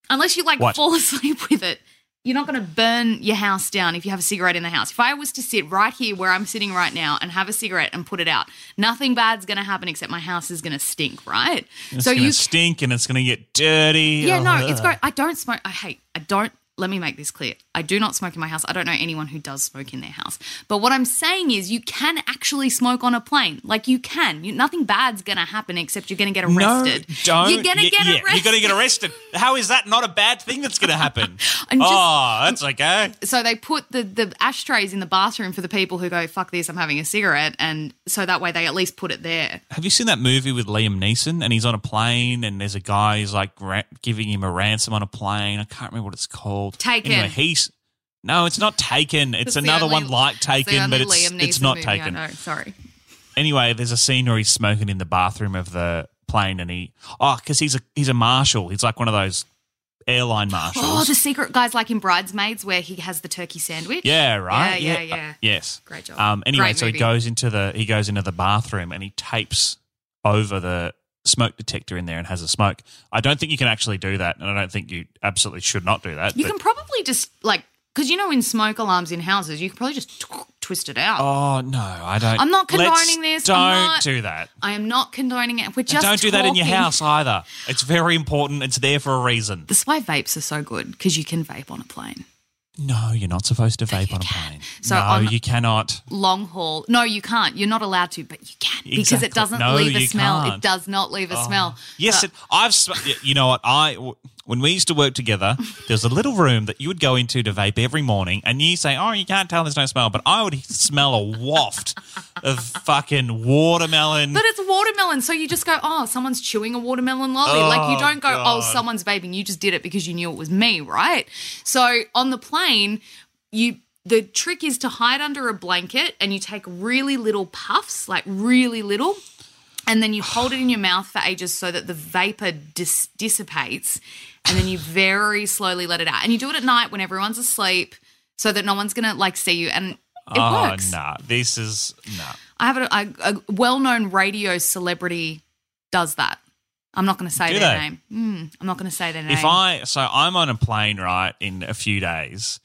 S3: unless you like
S2: What?
S3: fall asleep with it. You're not going to burn your house down if you have a cigarette in the house. If I was to sit right here where I'm sitting right now and have a cigarette and put it out, nothing bad's going to happen except my house is going to stink, right?
S2: it's gonna stink and it's gonna get dirty. Uh-huh.
S3: Yeah, no,
S2: Ugh.
S3: it's great. I don't smoke. I hate. I don't. Let me make this clear. I do not smoke in my house. I don't know anyone who does smoke in their house. But what I'm saying is, you can actually smoke on a plane. Like you can. You, nothing bad's gonna happen except you're gonna get
S2: No,
S3: arrested.
S2: don't.
S3: You're gonna
S2: Y-
S3: get
S2: yeah,
S3: arrested.
S2: You're gonna get arrested. How is that not a bad thing that's gonna happen?
S3: I'm just-
S2: oh, that's okay.
S3: so they put the, the ashtrays in the bathroom for the people who go fuck this. I'm having a cigarette, and so that way they at least put it there.
S2: Have you seen that movie with Liam Neeson and he's on a plane and there's a guy who's like ra- giving him a ransom on a plane? I can't remember what it's called.
S3: Taken.
S2: Anyway, he's no, it's not Taken. It's,
S3: the
S2: another
S3: only-
S2: one like
S3: it's the
S2: Taken,
S3: only
S2: but it's
S3: Liam
S2: it's
S3: Neeson
S2: not
S3: movie I
S2: Taken.
S3: know. Sorry.
S2: Anyway, there's a scene where he's smoking in the bathroom of the plane and he oh, because he's a he's a marshal. He's like one of those airline marshals.
S3: Oh, the secret guys like in Bridesmaids where he has the turkey sandwich.
S2: Yeah, right.
S3: Yeah, yeah,
S2: Uh,
S3: yeah.
S2: yes.
S3: Great job.
S2: Um, anyway,
S3: Great
S2: so
S3: movie.
S2: he goes into the he goes into the bathroom and he tapes over the smoke detector in there and has a smoke. I don't think you can actually do that, and I don't think you absolutely should not do that.
S3: You
S2: but-
S3: can probably just like because you know in smoke alarms in houses, you can probably just twist it out.
S2: oh no, I don't.
S3: I'm not
S2: Let's
S3: condoning this.
S2: Don't
S3: I'm not-
S2: do that.
S3: I am not condoning it. We're
S2: And
S3: just
S2: don't do that in your
S3: talking.
S2: house Oh. either. It's very important. It's there for a reason.
S3: This is why vapes are so good because you can vape on a plane.
S2: No, you're not supposed to vape on a plane.
S3: So
S2: no,
S3: on-
S2: you cannot.
S3: Long haul. No, you can't. You're not allowed to, but you can because
S2: Exactly.
S3: it doesn't
S2: No,
S3: leave a
S2: you
S3: smell. It
S2: can't. Oh.
S3: does not leave a smell.
S2: Yes,
S3: So-
S2: it, I've. sm- y- You know what? I when we used to work together, there's a little room that you would go into to vape every morning, and you say, "Oh, you can't tell there's no smell," but I would smell a waft of fucking watermelon.
S3: but it's watermelon, so you just go, oh, someone's chewing a watermelon lolly. like you
S2: Oh,
S3: don't go, oh,
S2: God.
S3: someone's vaping. You just did it because you knew it was me, right? So on the plane, you the trick is to hide under a blanket and you take really little puffs, like really little, and then you hold it in your mouth for ages so that the vapor dis- dissipates, and then you very slowly let it out. And you do it at night when everyone's asleep, so that no one's gonna like see you. And it
S2: oh
S3: works.
S2: nah, this is nah.
S3: I have a, a, a well-known radio celebrity does that. I'm not going to say
S2: Do
S3: their
S2: they?
S3: name. Mm, I'm not going to say their name.
S2: If I so I'm on a plane right in a few days,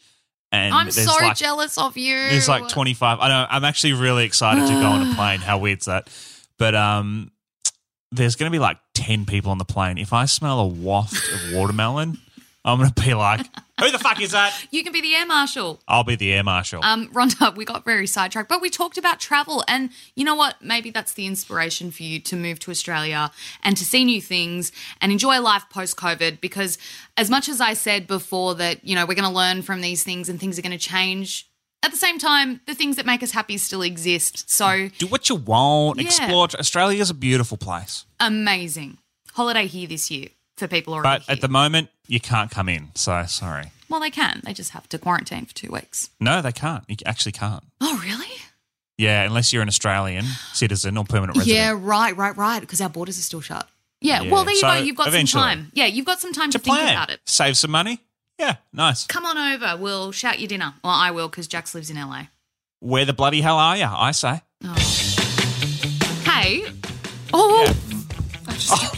S2: and
S3: I'm
S2: there's
S3: so
S2: like,
S3: jealous of you.
S2: There's like 25. I know. I'm actually really excited to go on a plane. How weird's that? But um, there's going to be like 10 people on the plane. If I smell a waft of watermelon, I'm going to be like, who the fuck is that?
S3: You can be the air marshal.
S2: I'll be the air marshal.
S3: Um, Rhonda, we got very sidetracked, but we talked about travel. And you know what? Maybe that's the inspiration for you to move to Australia and to see new things and enjoy life post COVID. Because as much as I said before that, you know, we're going to learn from these things and things are going to change, at the same time, the things that make us happy still exist. So
S2: Do what you want.
S3: Yeah.
S2: Explore. Australia's a beautiful place.
S3: amazing. Holiday here this year for people already.
S2: But at the
S3: here.
S2: moment, you can't come in. So sorry.
S3: well, they can. They just have to quarantine for two weeks.
S2: No, they can't. You actually can't.
S3: Oh, really?
S2: Yeah, unless you're an Australian citizen or permanent resident.
S3: Yeah, right, right, right. Because our borders are still shut. Yeah.
S2: Yeah.
S3: Well, there you
S2: So,
S3: go. You've got
S2: eventually.
S3: some time. Yeah, you've got some time
S2: to
S3: to,
S2: plan.
S3: think about it.
S2: Save some money. Yeah, nice.
S3: Come on over. We'll shout you dinner. Well, I will because Jax lives in LA.
S2: Where the bloody hell are you? I say.
S3: Oh. Hey. Oh. I just-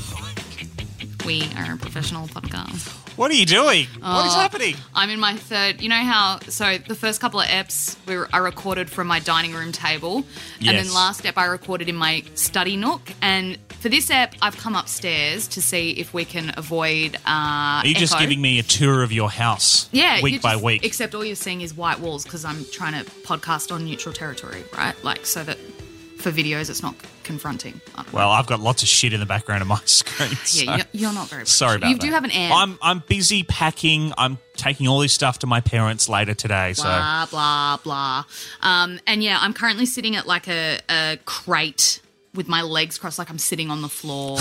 S3: We are a professional podcast.
S2: What are you doing? what is
S3: Oh,
S2: happening?
S3: I'm in my third. You know how? So the first couple of eps we were, I recorded from my dining room table, and
S2: Yes.
S3: then last ep I recorded in my study nook. And for this ep, I've come upstairs to see if we can avoid. Uh,
S2: Are you just giving me a tour of your house?
S3: Yeah,
S2: Week
S3: you
S2: by
S3: just-
S2: week.
S3: Except all you're seeing is white walls because I'm trying to podcast on neutral territory, right? Like so that for videos it's not confronting. I don't know.
S2: well, I've got lots of shit in the background of my screen. so-
S3: yeah, you're, you're not very.
S2: Sorry about
S3: you
S2: that.
S3: do have an amp.
S2: I'm I'm busy packing. I'm taking all this stuff to my parents later today. So
S3: blah blah blah. Um, and yeah, I'm currently sitting at like a, a crate with my legs crossed, like I'm sitting on the floor.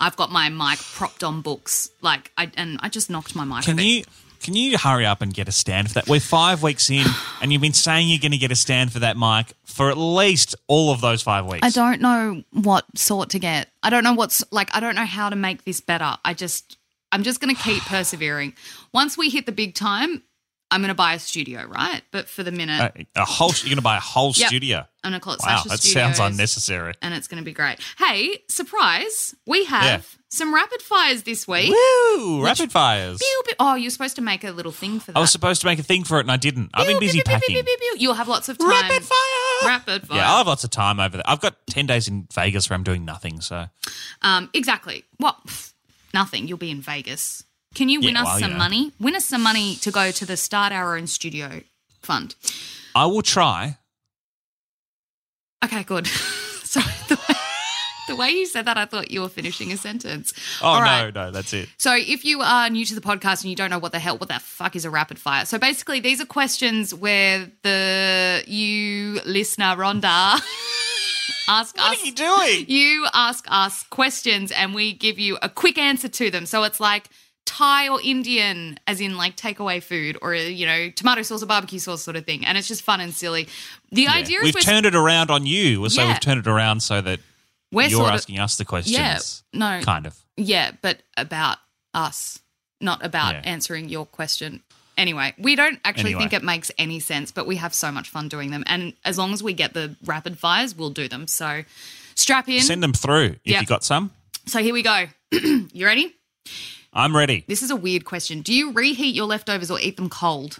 S3: I've got my mic propped on books, like I and I just knocked my mic. a
S2: can
S3: bit.
S2: you can you hurry up and get a stand for that? We're five weeks in, and you've been saying you're going to get a stand for that mic for at least all of those five weeks.
S3: I don't know what sort to get. I don't know what's like. I don't know how to make this better. I just, I'm just going to keep persevering. Once we hit the big time, I'm going to buy a studio, right? But for the minute,
S2: A, a whole you're going to buy a whole
S3: Yep.
S2: studio.
S3: I'm going to call it
S2: Wow,
S3: Sasha
S2: that
S3: Studios,
S2: sounds unnecessary.
S3: And it's going to be great. Hey, surprise! We have
S2: Yeah.
S3: some rapid fires this week.
S2: Woo! Rapid fires.
S3: Pew, pew. Oh, you're supposed to make a little thing for that.
S2: I was supposed to make a thing for it and I didn't. I've been
S3: Pew, pew,
S2: busy
S3: pew, pew,
S2: packing.
S3: pew, pew, pew. You'll have lots of time.
S2: Rapid fire.
S3: Rapid fire.
S2: Yeah, I'll have lots of time over there. I've got ten days in Vegas where I'm doing nothing. So
S3: Um, exactly. Well, pff, nothing. You'll be in Vegas. Can you win
S2: Yeah,
S3: us
S2: well, you
S3: some
S2: know.
S3: money? Win us some money to go to the Start Our Own Studio Fund.
S2: I will try.
S3: Okay, good. so the way, the way you said that, I thought you were finishing a sentence.
S2: Oh
S3: All
S2: no,
S3: right.
S2: no, that's it.
S3: So, if you are new to the podcast and you don't know what the hell, what the fuck is a rapid fire? So, basically, these are questions where the you listener Rhonda ask us.
S2: What are you doing?
S3: You ask us questions and we give you a quick answer to them. So it's like Thai or Indian, as in like takeaway food or, you know, tomato sauce or barbecue sauce sort of thing. And it's just fun and silly. The
S2: Yeah.
S3: idea
S2: we've
S3: is we're,
S2: turned it around on you, so
S3: Yeah.
S2: we've turned it around so that
S3: we're
S2: you're
S3: sort of-
S2: asking us the questions.
S3: Yeah, no.
S2: kind of.
S3: Yeah, but about us, not about
S2: Yeah.
S3: answering your question. Anyway, we don't actually
S2: Anyway.
S3: think it makes any sense, but we have so much fun doing them. And as long as we get the rapid fires, we'll do them. So strap in.
S2: Send them through if
S3: Yeah.
S2: you got some.
S3: so here we go. you ready?
S2: I'm ready.
S3: This is a weird question. Do you reheat your leftovers or eat them cold?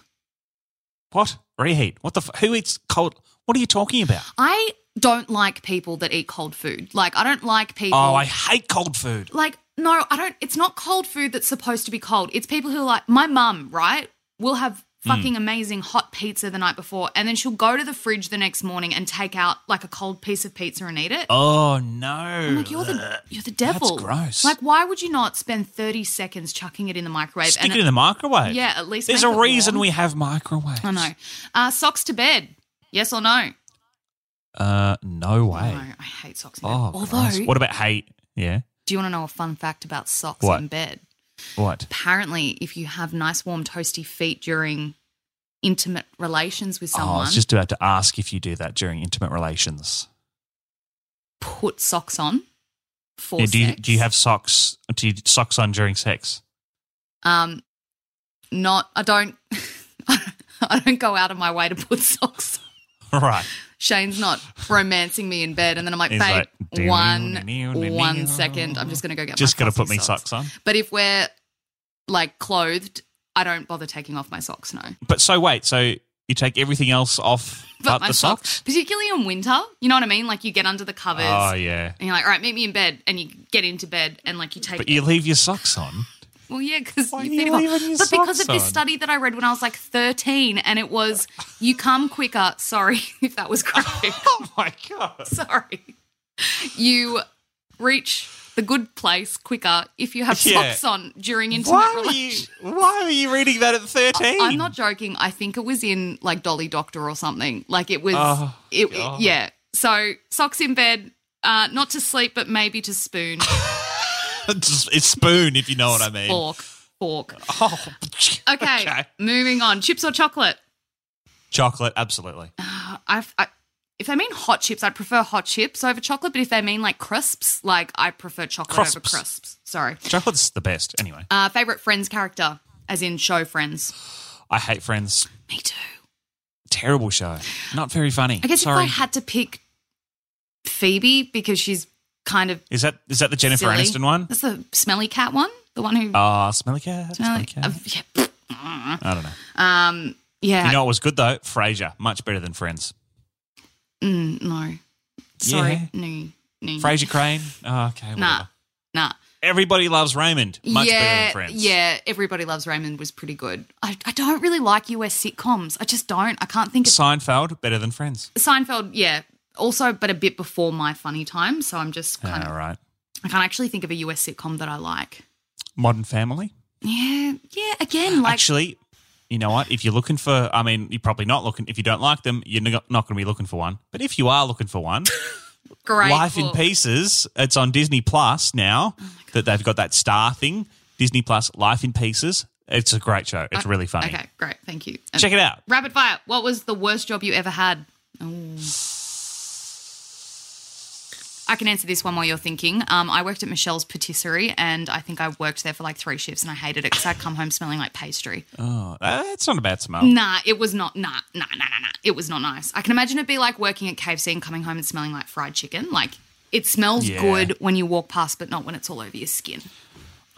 S2: What reheat? What the? F- who eats cold? What are you talking about?
S3: I don't like people that eat cold food. Like, I don't like people.
S2: Oh, I hate cold food.
S3: Like, no, I don't. It's not cold food that's supposed to be cold. It's people who are like, my mum, right, will have
S2: Mm.
S3: fucking amazing hot pizza the night before, and then she'll go to the fridge the next morning and take out like a cold piece of pizza and eat it.
S2: Oh no!
S3: I'm like, you're the, you're the devil.
S2: gross.
S3: Like, why would you not spend 30 seconds chucking it in the microwave?
S2: Stick it in the microwave.
S3: Yeah, at least
S2: there's
S3: make
S2: a
S3: it
S2: reason
S3: warm.
S2: we have microwaves.
S3: I know. Uh, socks to bed. Yes or no?
S2: Uh, no way.
S3: No, I hate socks in bed.
S2: Oh,
S3: Although,
S2: gross. what about hate? Yeah,
S3: do you want to know a fun fact about socks
S2: What?
S3: in bed?
S2: what? Oh,
S3: Apparently, if you have nice, warm, toasty feet during intimate relations with
S2: Oh, I
S3: someone,
S2: was just about to ask if you do that during intimate relations.
S3: put socks on for
S2: Yeah, do you
S3: sex.
S2: do you have socks? Do you socks on during sex?
S3: um? Not. I don't. I don't go out of my way to put socks. on.
S2: right.
S3: Shane's not romancing me in bed, and then I'm like,
S2: He's
S3: babe,
S2: like,
S3: one, one second. I'm just gonna go get.
S2: Just
S3: my
S2: gotta put me
S3: fussy
S2: socks on.
S3: But if we're like clothed, I don't bother taking off my socks. No.
S2: But so wait, so you take everything else off but,
S3: my
S2: the socks?
S3: particularly in winter. You know what I mean? Like you get under the covers,
S2: Oh yeah.
S3: and you're like, "All right, meet me in bed," and you get into bed, and like you take.
S2: But you leave your socks on.
S3: Well, yeah, because
S2: Why
S3: you
S2: do you
S3: feed him.
S2: leave your
S3: But because of
S2: socks
S3: this
S2: on?
S3: study that I read when I was like 13, and it was you come quicker. Sorry if that was graphic.
S2: Oh my god!
S3: Sorry. You reach the good place quicker if you have
S2: Yeah.
S3: socks on during intimate
S2: Why were you?
S3: relations.
S2: Why were you reading that at thirteen?
S3: I'm not joking. I think it was in like Dolly Doctor or something. Like it was,
S2: Oh,
S3: it, it-
S2: God.
S3: yeah. So socks in bed, uh, not to sleep, but maybe to spoon,
S2: Just- it's spoon, if you know what I mean.
S3: fork, fork.
S2: Oh,
S3: Okay, moving on. Chips or chocolate? Uh,
S2: Chocolate, absolutely.
S3: I, I, if they mean hot chips, I'd prefer hot chips over chocolate. But if they mean like crisps, like I prefer chocolate over
S2: Crisps.
S3: crisps. Sorry.
S2: Chocolate's the best. Anyway,
S3: Uh, favorite Friends character, as in show Friends.
S2: I hate Friends.
S3: Me too.
S2: Terrible show. Not very funny.
S3: I guess
S2: Sorry.
S3: if I had to pick Phoebe because she's kind of
S2: is that is that the Jennifer
S3: silly.
S2: Aniston one?
S3: That's the smelly cat one. The one who
S2: Ah, smelly cat. Smelly
S3: smelly.
S2: cat.
S3: uh, yeah. pfft,
S2: I don't know.
S3: Um. Yeah.
S2: You know what was good though? Frasier, much better than Friends.
S3: Mm, no. Sorry. No. No.
S2: Frasier Crane. Oh, okay. Whatever.
S3: Mm. Nah. Nah.
S2: Everybody loves Raymond. Much better
S3: yeah,
S2: than Friends.
S3: yeah. Everybody loves Raymond was pretty good. I, I don't really like US sitcoms. I just don't. I can't think of
S2: Seinfeld better than Friends.
S3: Seinfeld. Yeah, also, but a bit before my funny time. So I'm just kind of.
S2: All right.
S3: I can't actually think of a US sitcom that I like.
S2: Modern Family.
S3: Yeah, yeah. Again, like
S2: Actually, you know what? If you're looking for, I mean, you're probably not looking. If you don't like them, you're not going to be looking for one. But if you are looking for one,
S3: great
S2: Life in
S3: book.
S2: Pieces. It's on Disney Plus now that they've got that star thing. Disney Plus, Life in Pieces. It's a great show. It's really funny.
S3: Uh, Okay, great. Thank you. And
S2: Check it out.
S3: Rapid fire. What was the worst job you ever had? Ooh. I can answer this one while you're thinking. Um, I worked at Michelle's Patisserie, and I think I worked there for like three shifts, and I hated it because I'd come home smelling like pastry.
S2: Oh, that's not a bad smell.
S3: Nah, it was not. Nah, nah, nah, nah, nah. It was not nice. I can imagine it'd be like working at KFC and coming home and smelling like fried chicken. Like it smells
S2: Yeah.
S3: good when you walk past, but not when it's all over your skin.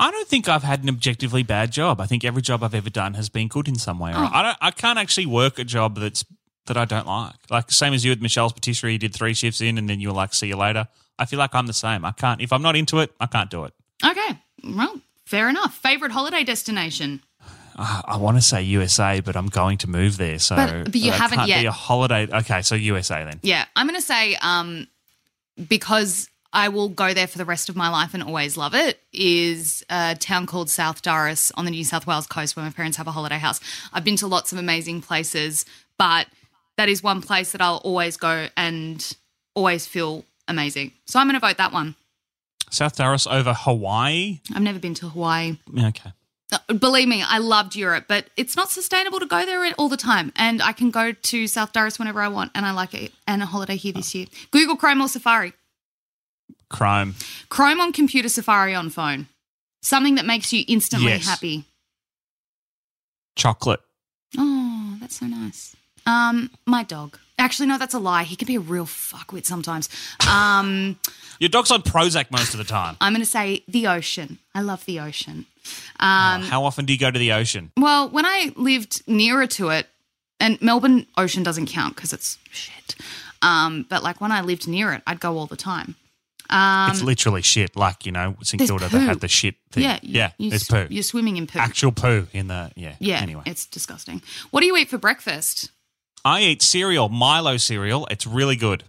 S2: I don't think I've had an objectively bad job. I think every job I've ever done has been good in some way. or I don't. I can't actually work a job that's that I don't like. Like same as you with Michelle's patisserie, you did three shifts in, and then you were like, "See you later." I feel like I'm the same. I can't. If I'm not into it, I can't do it.
S3: Okay, well, fair enough. Favorite holiday destination?
S2: I, I want to say USA, but I'm going to move there, so
S3: But- but you
S2: that
S3: haven't
S2: can't
S3: yet.
S2: Be a holiday. Okay, so USA then.
S3: Yeah, I'm going to say um, because I will go there for the rest of my life and always love it is a town called South Darras on the New South Wales coast where my parents have a holiday house. I've been to lots of amazing places, but that is one place that I'll always go and always feel amazing. So I'm going to vote that one.
S2: South Darras over Hawaii.
S3: I've never been to Hawaii.
S2: Okay.
S3: Uh, Believe me, I loved Europe, but it's not sustainable to go there all the time. And I can go to South Darras whenever I want, and I like it. And a holiday here this year. Google Chrome or Safari?
S2: Chrome.
S3: Chrome on computer, Safari on phone. Something that makes you instantly
S2: Yes.
S3: happy.
S2: Chocolate.
S3: Oh, that's so nice. Um, my dog. Actually, no, that's a lie. He can be a real fuckwit sometimes. Um,
S2: Your dog's on Prozac most of the time.
S3: I'm going to say the ocean. I love the ocean.
S2: Uh,
S3: Um,
S2: How often do you go to the ocean?
S3: Well, when I lived nearer to it, and Melbourne ocean doesn't count because it's shit. Um, but like when I lived near it, I'd go all the time.
S2: it's literally shit. Like you know, St
S3: um, there's
S2: Kilda, they
S3: poo.
S2: had the shit thing.
S3: Yeah, you-
S2: yeah.
S3: You,
S2: it's
S3: sw-
S2: poo.
S3: You're swimming in poo.
S2: Actual poo in the yeah.
S3: yeah,
S2: Anyway,
S3: it's disgusting. What do you eat for breakfast?
S2: I eat cereal, Milo cereal. It's really good.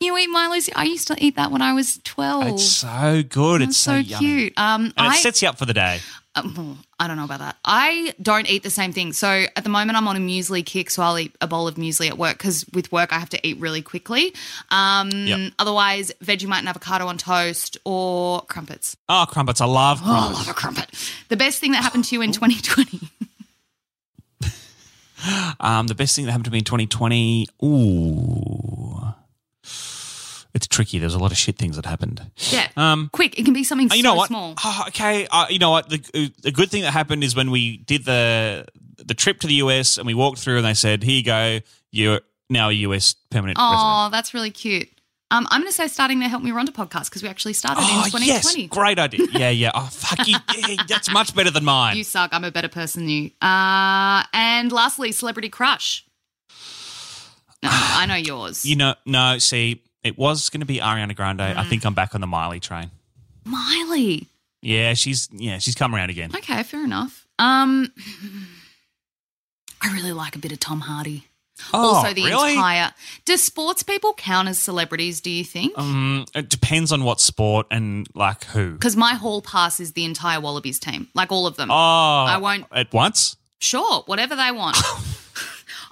S3: You eat Milo's. I used to eat that when I was twelve.
S2: It's so good.
S3: Oh. That's
S2: it's so, yummy.
S3: cute. Um,
S2: And it
S3: I
S2: sets you up for the day.
S3: um, oh, I don't know about that. I don't eat the same thing. So at the moment, I'm on a muesli kick, so I'll eat a bowl of muesli at work because with work I have to eat really quickly. Um,
S2: Yep.
S3: Otherwise, Vegemite and avocado on toast or crumpets.
S2: Oh, crumpets! I love
S3: Oh, I
S2: crumpets.
S3: love a crumpet. The best thing that happened to you
S2: Oh.
S3: in 2020.
S2: Um, the best thing that happened to me in 2020. Ooh, it's tricky. There's a lot of shit things that happened.
S3: yeah.
S2: Um,
S3: Quick. It can be something
S2: Uh, you know
S3: so
S2: what?
S3: small.
S2: Oh, okay, uh, you know what? The, the good thing that happened is when we did the the trip to the US and we walked through and they said, "Here you go, you're now a US permanent resident."
S3: Oh, that's really cute. Um, I'm going to say starting the Help Me Rhonda podcast because we actually started in
S2: Oh,
S3: 2020.
S2: yes, great idea. Yeah, yeah. Oh, fuck you. Yeah, that's much better than mine.
S3: You suck. I'm a better person than you. Uh, and lastly, celebrity crush. No, I know yours.
S2: You know, no.
S3: Mm-hmm.
S2: See, it was going to be Ariana Grande. I think I'm back on the Miley train.
S3: Miley.
S2: Yeah, she's yeah, she's come around again.
S3: Okay, fair enough. Um, I really like a bit of Tom Hardy. also, the
S2: Oh, really?
S3: entire. Do sports people count as celebrities? Do you think?
S2: Um, it depends on what sport and like who.
S3: Because my hall pass is the entire Wallabies team, like all of them.
S2: Oh, I
S3: won't-
S2: at once.
S3: Sure, whatever they want.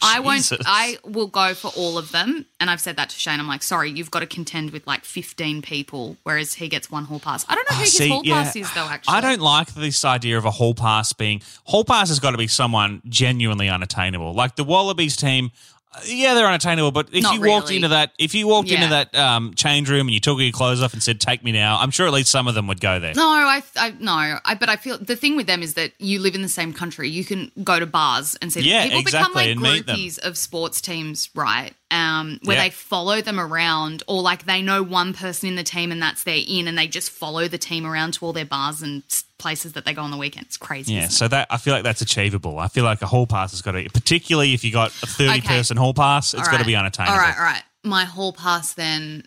S3: I won't.
S2: Jesus.
S3: I will go for all of them, and I've said that to Shane. I'm like, sorry, you've got to contend with like 15 people, whereas he gets one hall pass. I don't know who
S2: Oh,
S3: his
S2: see,
S3: hall
S2: yeah,
S3: pass is though. Actually,
S2: I don't like this idea of a hall pass being hall pass has got to be someone genuinely unattainable. Like the Wallabies team, uh, yeah, they're unattainable. But if
S3: Not
S2: you walked
S3: really.
S2: into that, if you walked into
S3: Yeah.
S2: that um, change room and you took your clothes off and said, "Take me now," I'm sure at least some of them would go there.
S3: No, I, I no, I, but I feel the thing with them is that you live in the same country. You can go to bars and see them.
S2: Yeah,
S3: people
S2: exactly, and
S3: become like
S2: meet them.
S3: groupies of sports teams, right? Um, where
S2: Yeah.
S3: they follow them around, or like they know one person in the team and that's their in, and they just follow the team around to all their bars and s- places that they go on the weekend. It's crazy.
S2: Yeah,
S3: isn't
S2: so that I feel like that's achievable. I feel like a hall pass has got to, be, particularly if you got a
S3: Okay.
S2: thirty-person hall pass,
S3: it?
S2: it's got to
S3: Alright.
S2: be unattainable.
S3: All right, all right. My hall pass then.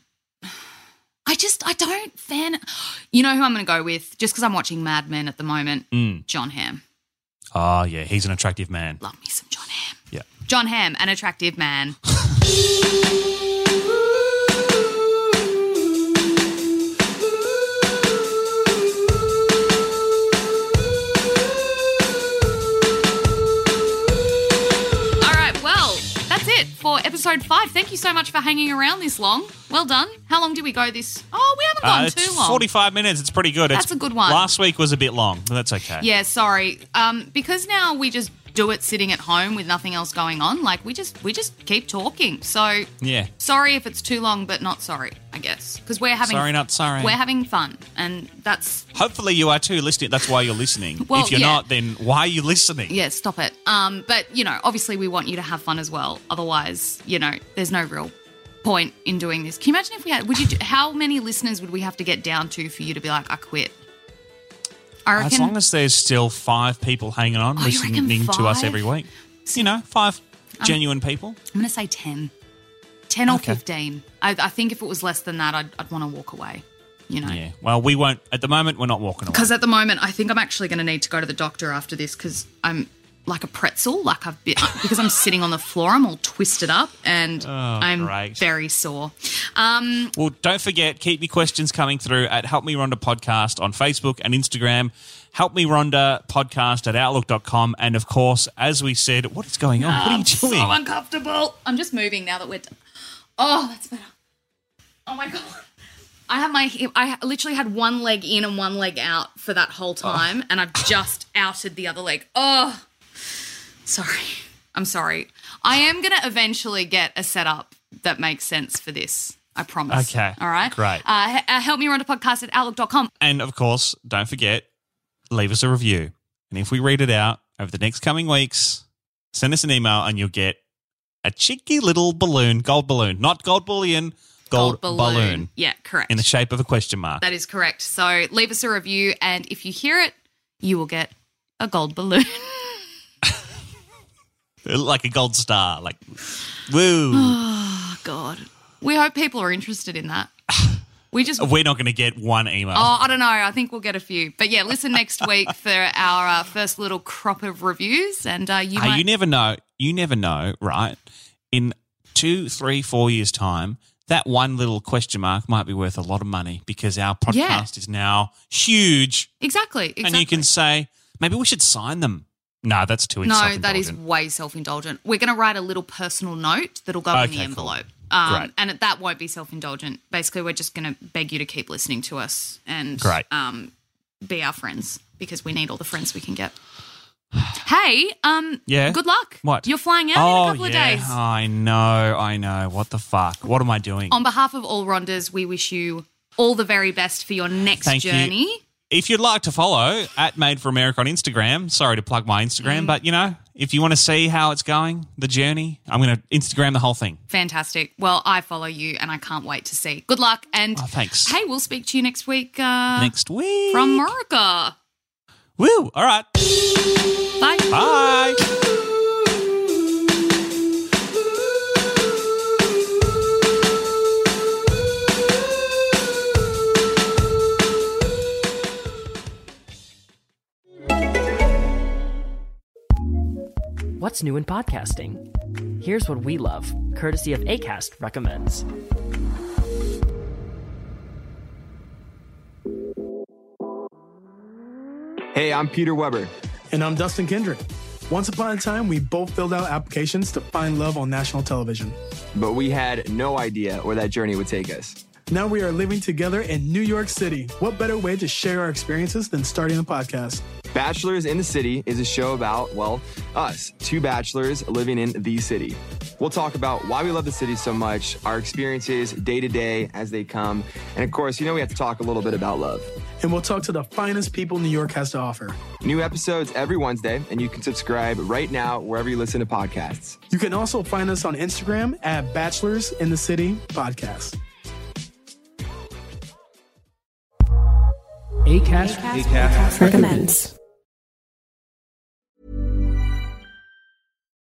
S3: I just I don't fan. You know who I'm going to go with? Just because I'm watching Mad Men at the moment,
S2: Mm.
S3: John Hamm.
S2: Oh yeah, he's an attractive man.
S3: Love me some John Hamm.
S2: Yeah.
S3: John Hamm, an attractive man. All right, well, that's it for episode five. Thank you so much for hanging around this long. Well done. How long did we go this? Oh, we haven't gone
S2: Uh, it's
S3: too long.
S2: forty-five minutes. It's pretty good.
S3: That's
S2: It's-
S3: a good one.
S2: Last week was a bit long, but that's okay.
S3: Yeah, sorry. Um, because now we just do it sitting at home with nothing else going on. Like we just we just keep talking. So
S2: Yeah.
S3: sorry if it's too long, but not sorry, I guess, because we're having
S2: Sorry, not sorry.
S3: We're having fun, and that's
S2: Hopefully you are too listening. That's why you're listening.
S3: Well,
S2: if you're
S3: yeah.
S2: not, then why are you listening?
S3: yeah. Stop it. Um, but you know, obviously, we want you to have fun as well. Otherwise, you know, there's no real point in doing this. Can you imagine if we had? Would you? Do, how many listeners would we have to get down to for you to be like, I quit? I reckon.
S2: As long as there's still five people hanging on,
S3: Oh, you reckon
S2: listening to us
S3: five? Um,
S2: every week. You know, five genuine people.
S3: I'm going to say 10. 10 or
S2: Okay.
S3: 15. I, I think if it was less than that, I'd, I'd want to walk away, you know?
S2: Yeah. Well, we won't. At the moment, we're not walking away.
S3: Because at the moment, I think I'm actually going to need to go to the doctor after this because I'm like a pretzel. Like I've been, because I'm sitting on the floor, I'm all twisted up and I'm
S2: Oh, great.
S3: very sore. Um,
S2: Well, don't forget, keep your questions coming through at Help Me Rhonda Podcast on Facebook and Instagram. Help Me Rhonda Podcast at Outlook.com. And of course, as we said, what is going on? what are you doing?
S3: so uncomfortable. I'm just moving now that we're done. Oh, that's better. Oh my God. I have my, I literally had one leg in and one leg out for that
S2: Oh.
S3: whole time, and I've just outed the other leg. Oh, sorry. I'm sorry. I am going to eventually get a setup that makes sense for this. I promise.
S2: Okay.
S3: All right.
S2: Great.
S3: Uh, he- uh, help me run a podcast at outlook.com.
S2: and of course, don't forget, leave us a review. And if we read it out over the next coming weeks, send us an email and you'll get a cheeky little balloon, gold balloon, not gold bullion, gold, balloon.
S3: Yeah, correct.
S2: in the shape of a question mark.
S3: That is correct. So leave us a review, and if you hear it, you will get a gold balloon.
S2: like a gold star, like woo.
S3: Oh, God. We hope people are interested in that. We just.
S2: We're not going to get one email.
S3: Oh, I don't know. I think we'll get a few. But yeah, listen next week for our uh, first little crop of reviews. And uh, you
S2: hey,
S3: might.
S2: Ah, you never know. You never know, right? In two, three, four years' time, that one little question mark might be worth a lot of money because our podcast
S3: Yeah.
S2: is now huge,
S3: exactly. Exactly.
S2: and you can say maybe we should sign them. No, that's too
S3: No,
S2: self-indulgent.
S3: that is way self indulgent. We're going to write a little personal note that'll go in
S2: Okay,
S3: the
S2: cool.
S3: envelope.
S2: Great.
S3: Um, and it- that won't be self indulgent. Basically, we're just going to beg you to keep listening to us and
S2: Great.
S3: Um, be our friends because we need all the friends we can get. Hey, um,
S2: Yeah?
S3: good luck.
S2: What?
S3: You're flying out
S2: oh,
S3: in a couple
S2: yeah.
S3: of days.
S2: I know, I know. What the fuck? What am I doing?
S3: On behalf of all Rondas, we wish you all the very best for your next
S2: Thank you.
S3: journey.
S2: if you'd like to follow at Made for America on Instagram, sorry to plug my
S3: Mm.
S2: Instagram, but you know, if you want to see how it's going, the journey, I'm going to Instagram the whole thing.
S3: Fantastic. Well, I follow you and I can't wait to see. Good luck and
S2: Oh, thanks.
S3: hey, we'll speak to you next week uh,
S2: Next week.
S3: from America.
S2: Woo! All right.
S3: Bye.
S2: Bye.
S1: what's new in podcasting. Here's what we love, courtesy of ACAST recommends.
S5: Hey, I'm Peter Weber.
S6: And I'm Dustin Kendrick. Once upon a time, we both filled out applications to find love on national television.
S5: But we had no idea where that journey would take us.
S6: Now we are living together in New York City. What better way to share our experiences than starting a podcast?
S5: Bachelors in the City is a show about, well, us, two bachelors living in the city. We'll talk about why we love the city so much, our experiences day to day as they come, and of course, you know, we have to talk a little bit about love.
S6: And we'll talk to the finest people New York has to offer.
S5: New episodes every Wednesday, and you can subscribe right now wherever you listen to podcasts.
S6: You can also find us on Instagram at Bachelors in the City Podcast.
S1: ACAST,
S7: recommends.